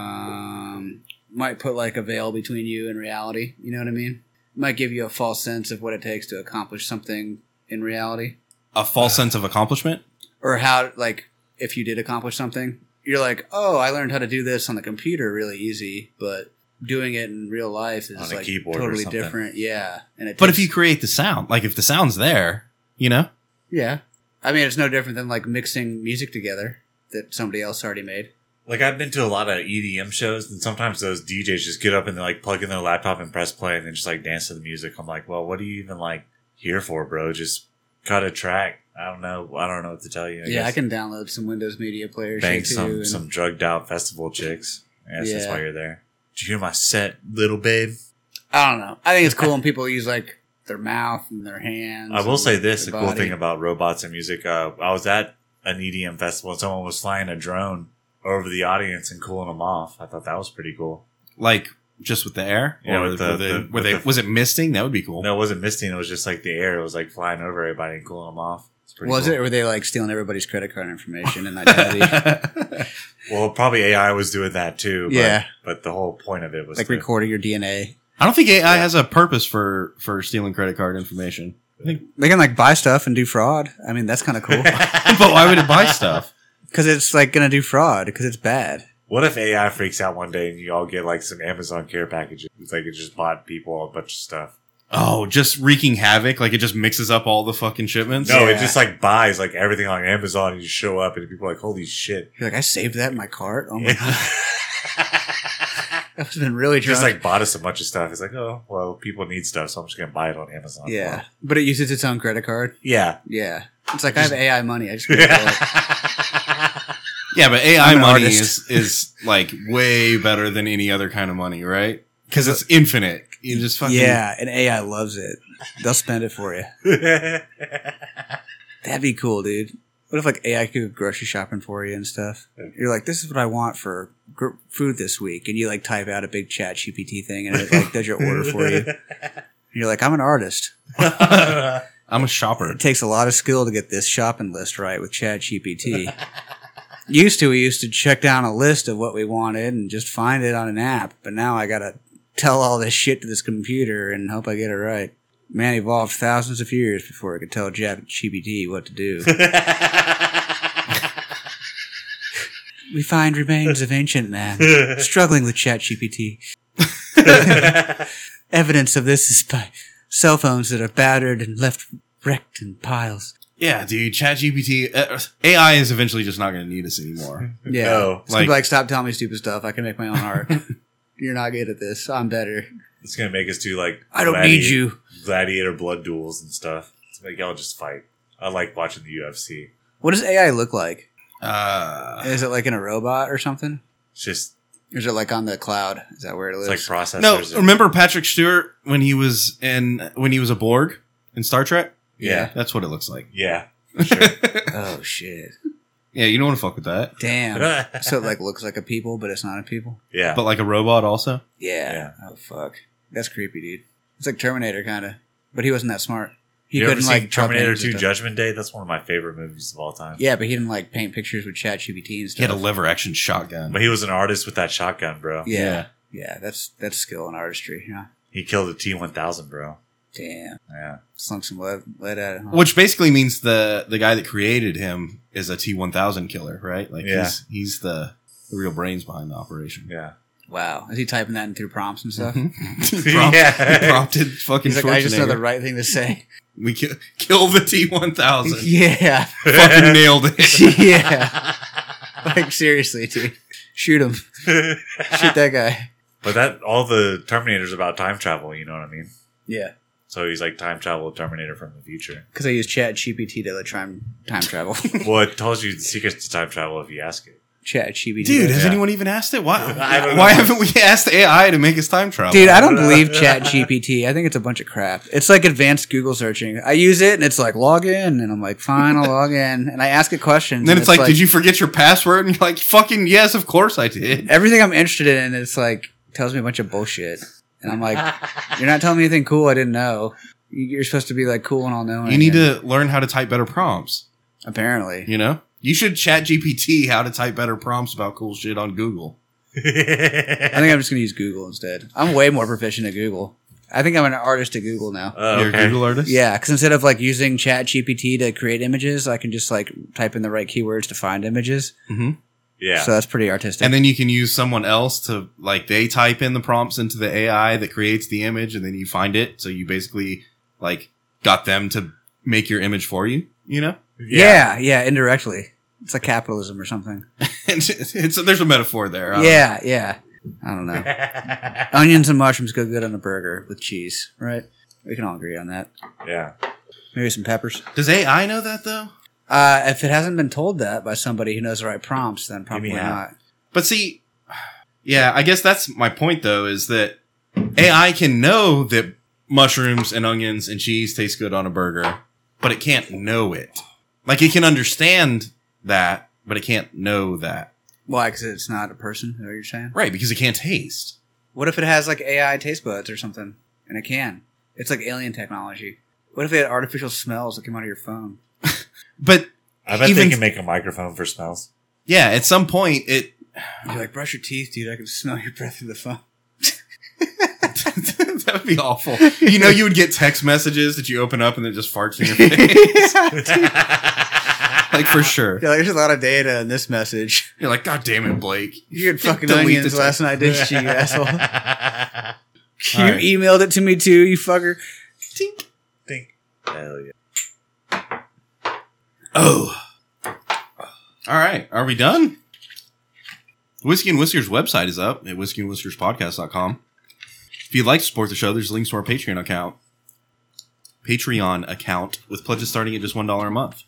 S2: um, might put like a veil between you and reality. You know what I mean? Might give you a false sense of what it takes to accomplish something in reality.
S1: a false sense of accomplishment
S2: or how like if you did accomplish something you're like oh i learned how to do this on the computer really easy but doing it in real life
S3: On
S2: is
S3: a
S2: like
S3: keyboard or
S2: totally
S3: something.
S2: different yeah and it
S1: but if
S2: takes-
S1: you create the sound like if the sound's there you know
S2: yeah i mean it's no different than like mixing music together that somebody else already made
S3: Like I've been to a lot of EDM shows, and sometimes those DJs just get up and they like plug in their laptop and press play, and then just like dance to the music. I'm like, well, what are you even like here for, bro? Just cut a track. I don't know. I don't know what to tell you.
S2: yeah i
S3: guess.
S2: can download some windows media player shit
S3: bang
S2: too
S3: some
S2: and-
S3: some drugged out festival chicks. Yes, that's
S2: Yeah.
S3: why you're there. Did you hear my set, little babe?
S2: i don't know i think it's cool when people use like their mouth and their hands
S3: I will
S2: and
S3: say this: the
S2: their
S3: cool
S2: body.
S3: thing about robots and music. Uh, I was at an EDM festival, and someone was flying a drone over the audience and cooling them off. I thought that was pretty cool.
S1: like just with the air
S3: Yeah,
S1: Or
S3: with the- the-
S1: were
S3: with
S1: they
S3: the-
S1: was it misting that would be cool
S3: No, it wasn't misting; it was just like the air. It was like flying over everybody and cooling them off. It's pretty
S2: was
S3: cool.
S2: it or were they like stealing everybody's credit card information and identity
S3: Well, probably AI was doing that too. But,
S2: Yeah.
S3: but the whole point of it was
S2: like
S3: to-
S2: recording your dna
S1: i don't think ai
S3: Yeah.
S1: has a purpose for for stealing credit card information
S2: They can like buy stuff and do fraud. I mean, that's kind of cool
S1: but why would it buy stuff
S2: because it's like gonna do fraud because it's bad.
S3: What if AI freaks out one day and you all get like some Amazon care packages? It's like it just bought people a bunch of stuff.
S1: Oh, just wreaking havoc. Like it just mixes up all the fucking shipments.
S3: No,
S2: Yeah.
S3: it just like buys like everything on Amazon and you show up and people are like, holy shit.
S2: You're like, I saved that in my cart. Oh my,
S3: Yeah.
S2: that must have been really
S3: It just
S2: drunk.
S3: like bought us a bunch of stuff. It's like, oh, well, people need stuff, so I'm just going to buy it on Amazon.
S2: yeah, but it uses its own credit card.
S3: Yeah.
S2: Yeah, it's like I have AI money. I just
S1: Yeah, but AI
S2: I'm an
S1: money is
S2: artist.
S1: is like way better than any other kind of money, right? Because it's infinite. You just fucking
S2: yeah, and AI loves it. They'll spend it for you. That'd be cool, dude. What if like AI could go grocery shopping for you and stuff? You're like, this is what I want for gr- food this week, and you like type out a big chat GPT thing, and it like does your order for you. And you're like, I'm an artist.
S1: I'm a shopper.
S2: It takes a lot of skill to get this shopping list right with ChatGPT. used to, we used to check down a list of what we wanted and just find it on an app, but now I gotta tell all this shit to this computer and hope I get it right. Man evolved thousands of years before it could tell ChatGPT what to do. we find remains of ancient man struggling with ChatGPT. Evidence of this is by cell phones that are battered and left wrecked in piles.
S1: Yeah, dude. ChatGPT uh, AI is eventually just not going to need us anymore.
S2: Yeah.
S3: No.
S2: It's gonna be
S1: Like-
S2: like, stop telling me stupid stuff. I can make my own art. You're not good at this. I'm better.
S3: It's going to make us do like
S2: I don't
S3: gladi-
S2: need you.
S3: gladiator blood duels and stuff. It's like y'all just fight. I like watching the UFC.
S2: What does AI look like?
S1: Uh,
S2: Is it like in a robot or something?
S3: It's just
S2: Or is it like on the cloud? Is that where it
S3: it's
S2: lives?
S3: like processors.
S1: no,
S3: and-
S1: remember Patrick Stewart when he was in when he was a Borg in Star Trek?
S3: Yeah.
S1: That's what it looks like.
S3: Yeah. for sure.
S2: oh shit!
S1: Yeah, you don't want to fuck with that.
S2: Damn. so it like looks like a people, but it's not a people.
S3: yeah.
S1: But like a robot also.
S2: Yeah.
S3: Yeah.
S2: Oh fuck. That's creepy, dude. It's like Terminator kind of, but he wasn't that smart. He
S3: you ever
S2: couldn't
S3: seen
S2: like drop
S3: Terminator
S2: names and
S3: Two
S2: stuff.
S3: Judgment Day? That's one of my favorite movies of all time.
S2: Yeah, but he didn't like paint pictures with ChatGPT and
S1: He had a
S2: stuff.
S1: lever action shotgun.
S3: But he was an artist with that shotgun, bro.
S2: yeah. yeah. That's that's skill and artistry. Yeah.
S3: He killed a T one thousand, bro.
S2: Damn.
S3: Yeah.
S2: Slung some lead, lead at it. huh?
S1: Which basically means the the guy that created him is a T one thousand killer, right? Like
S3: Yeah.
S1: he's he's the, the real brains behind the operation.
S3: Yeah.
S2: Wow. Is he typing that in through prompts and stuff?
S1: Mhm. He prompt- he
S3: yeah.
S1: prompted fucking
S2: He's like, I just know
S1: Schwarzenegger.
S2: the right thing to say.
S1: we kill, kill the T one thousand.
S2: yeah.
S1: Fucking nailed it.
S2: yeah. Like seriously, dude. Shoot him. Shoot that guy.
S3: but that all the Terminators about time travel, you know what I mean?
S2: Yeah.
S3: So he's like time travel Terminator from the future.
S2: Because I use Chat GPT to like, try and time travel.
S3: well, it tells you the secrets to time travel if you ask it.
S2: Chat GPT.
S1: Dude,
S3: Yeah.
S1: has anyone even asked it? Why
S3: I don't know.
S1: why haven't we asked AI to make us time travel?
S2: Dude, I don't believe Chat GPT. I think it's a bunch of crap. It's like advanced Google searching. I use it and it's like log in, and I'm like, fine, I'll log in, and I ask it questions.
S1: and then it's, like, did you forget your password? And you're like, fucking yes, of course I did.
S2: everything I'm interested in? It's like tells me a bunch of bullshit, and I'm like, you're not telling me anything cool I didn't know. You're supposed to be like cool and all knowing.
S1: You need
S2: and-
S1: to learn how to type better prompts.
S2: apparently.
S1: You know, you should chat GPT how to type better prompts about cool shit on Google.
S2: I think I'm just gonna use Google instead. I'm way more proficient at Google. I think I'm an artist at Google now.
S3: Oh,
S1: You're a Google artist.
S2: Yeah, because instead of like using Chat GPT to create images, I can just like type in the right keywords to find images.
S3: Yeah.
S2: So that's pretty artistic.
S1: And then you can use someone else to like they type in the prompts into the AI that creates the image, and then you find it. So you basically like got them to make your image for you. You know,
S2: yeah. yeah, indirectly. It's like capitalism or something.
S1: and it's, there's a metaphor there. huh?
S2: Yeah, yeah. I don't know.
S3: Yeah.
S2: Onions and mushrooms go good on a burger with cheese, right? We can all agree on that.
S3: yeah.
S2: Maybe some peppers.
S1: Does AI know that though?
S2: Uh, if it hasn't been told that by somebody who knows the right prompts, then probably
S3: half.
S2: not.
S1: But see, yeah, I guess that's my point though, is that AI can know that mushrooms and onions and cheese taste good on a burger, but it can't know it. Like it can understand that, but it can't know that.
S2: Why? Because it's not a person. Is that what you're saying?
S1: Right, because it can't taste.
S2: What if it has like AI taste buds or something? And it can. It's like alien technology. What if it had artificial smells that come out of your phone?
S1: But
S3: I bet
S1: Even-
S3: they can make a microphone for smells.
S1: yeah, at some point it
S2: You're like, brush your teeth, dude. I can smell your breath through the phone.
S1: that would be awful. You know, you would get text messages that you open up and it just farts in your face. like for sure.
S2: Yeah, like, there's a lot of data in this message.
S1: You're like, God damn it, Blake.
S2: You had fucking
S1: Delete
S2: onions
S1: the
S2: last night, didn't you, you asshole? You
S1: All right.
S2: emailed it to me too, you fucker.
S1: Tink.
S3: Think. Hell yeah.
S1: Oh. All right. Are we done? Whiskey and Whiskers website is up at whiskeyandwhiskerspodcast.com. If you'd like to support the show, there's links to our Patreon account. Patreon account with pledges starting at just $1 a month.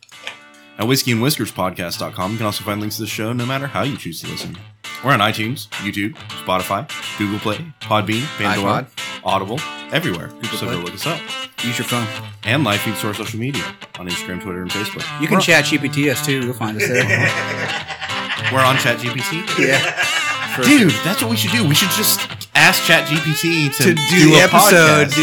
S1: At whiskeyandwhiskerspodcast.com, you can also find links to the show no matter how you choose to listen. We're on iTunes, YouTube, Spotify, Google Play, Podbean, Pandora, Audible, everywhere. so
S2: Play.
S1: go look us up.
S2: Use your phone.
S1: And live feeds to our social media on Instagram, Twitter, and Facebook.
S2: You can
S1: We're-
S2: chat GPT us too. You'll find us there.
S1: We're on ChatGPT.
S2: yeah.
S1: Dude, that's what we should do. We should just ask ChatGPT to,
S2: To do, the
S1: a
S2: episode,
S1: podcast.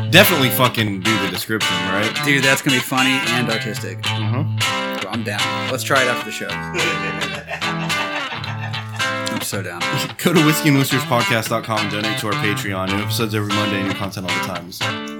S2: dude.
S1: Definitely fucking do the description, right?
S2: Dude, that's going to be funny and artistic.
S1: Mm-hmm.
S2: I'm down. Let's try it after the show. I'm so down.
S1: Go to whiskeyandwhiskerspodcast.com, donate to our Patreon. New episodes every Monday, new content all the time.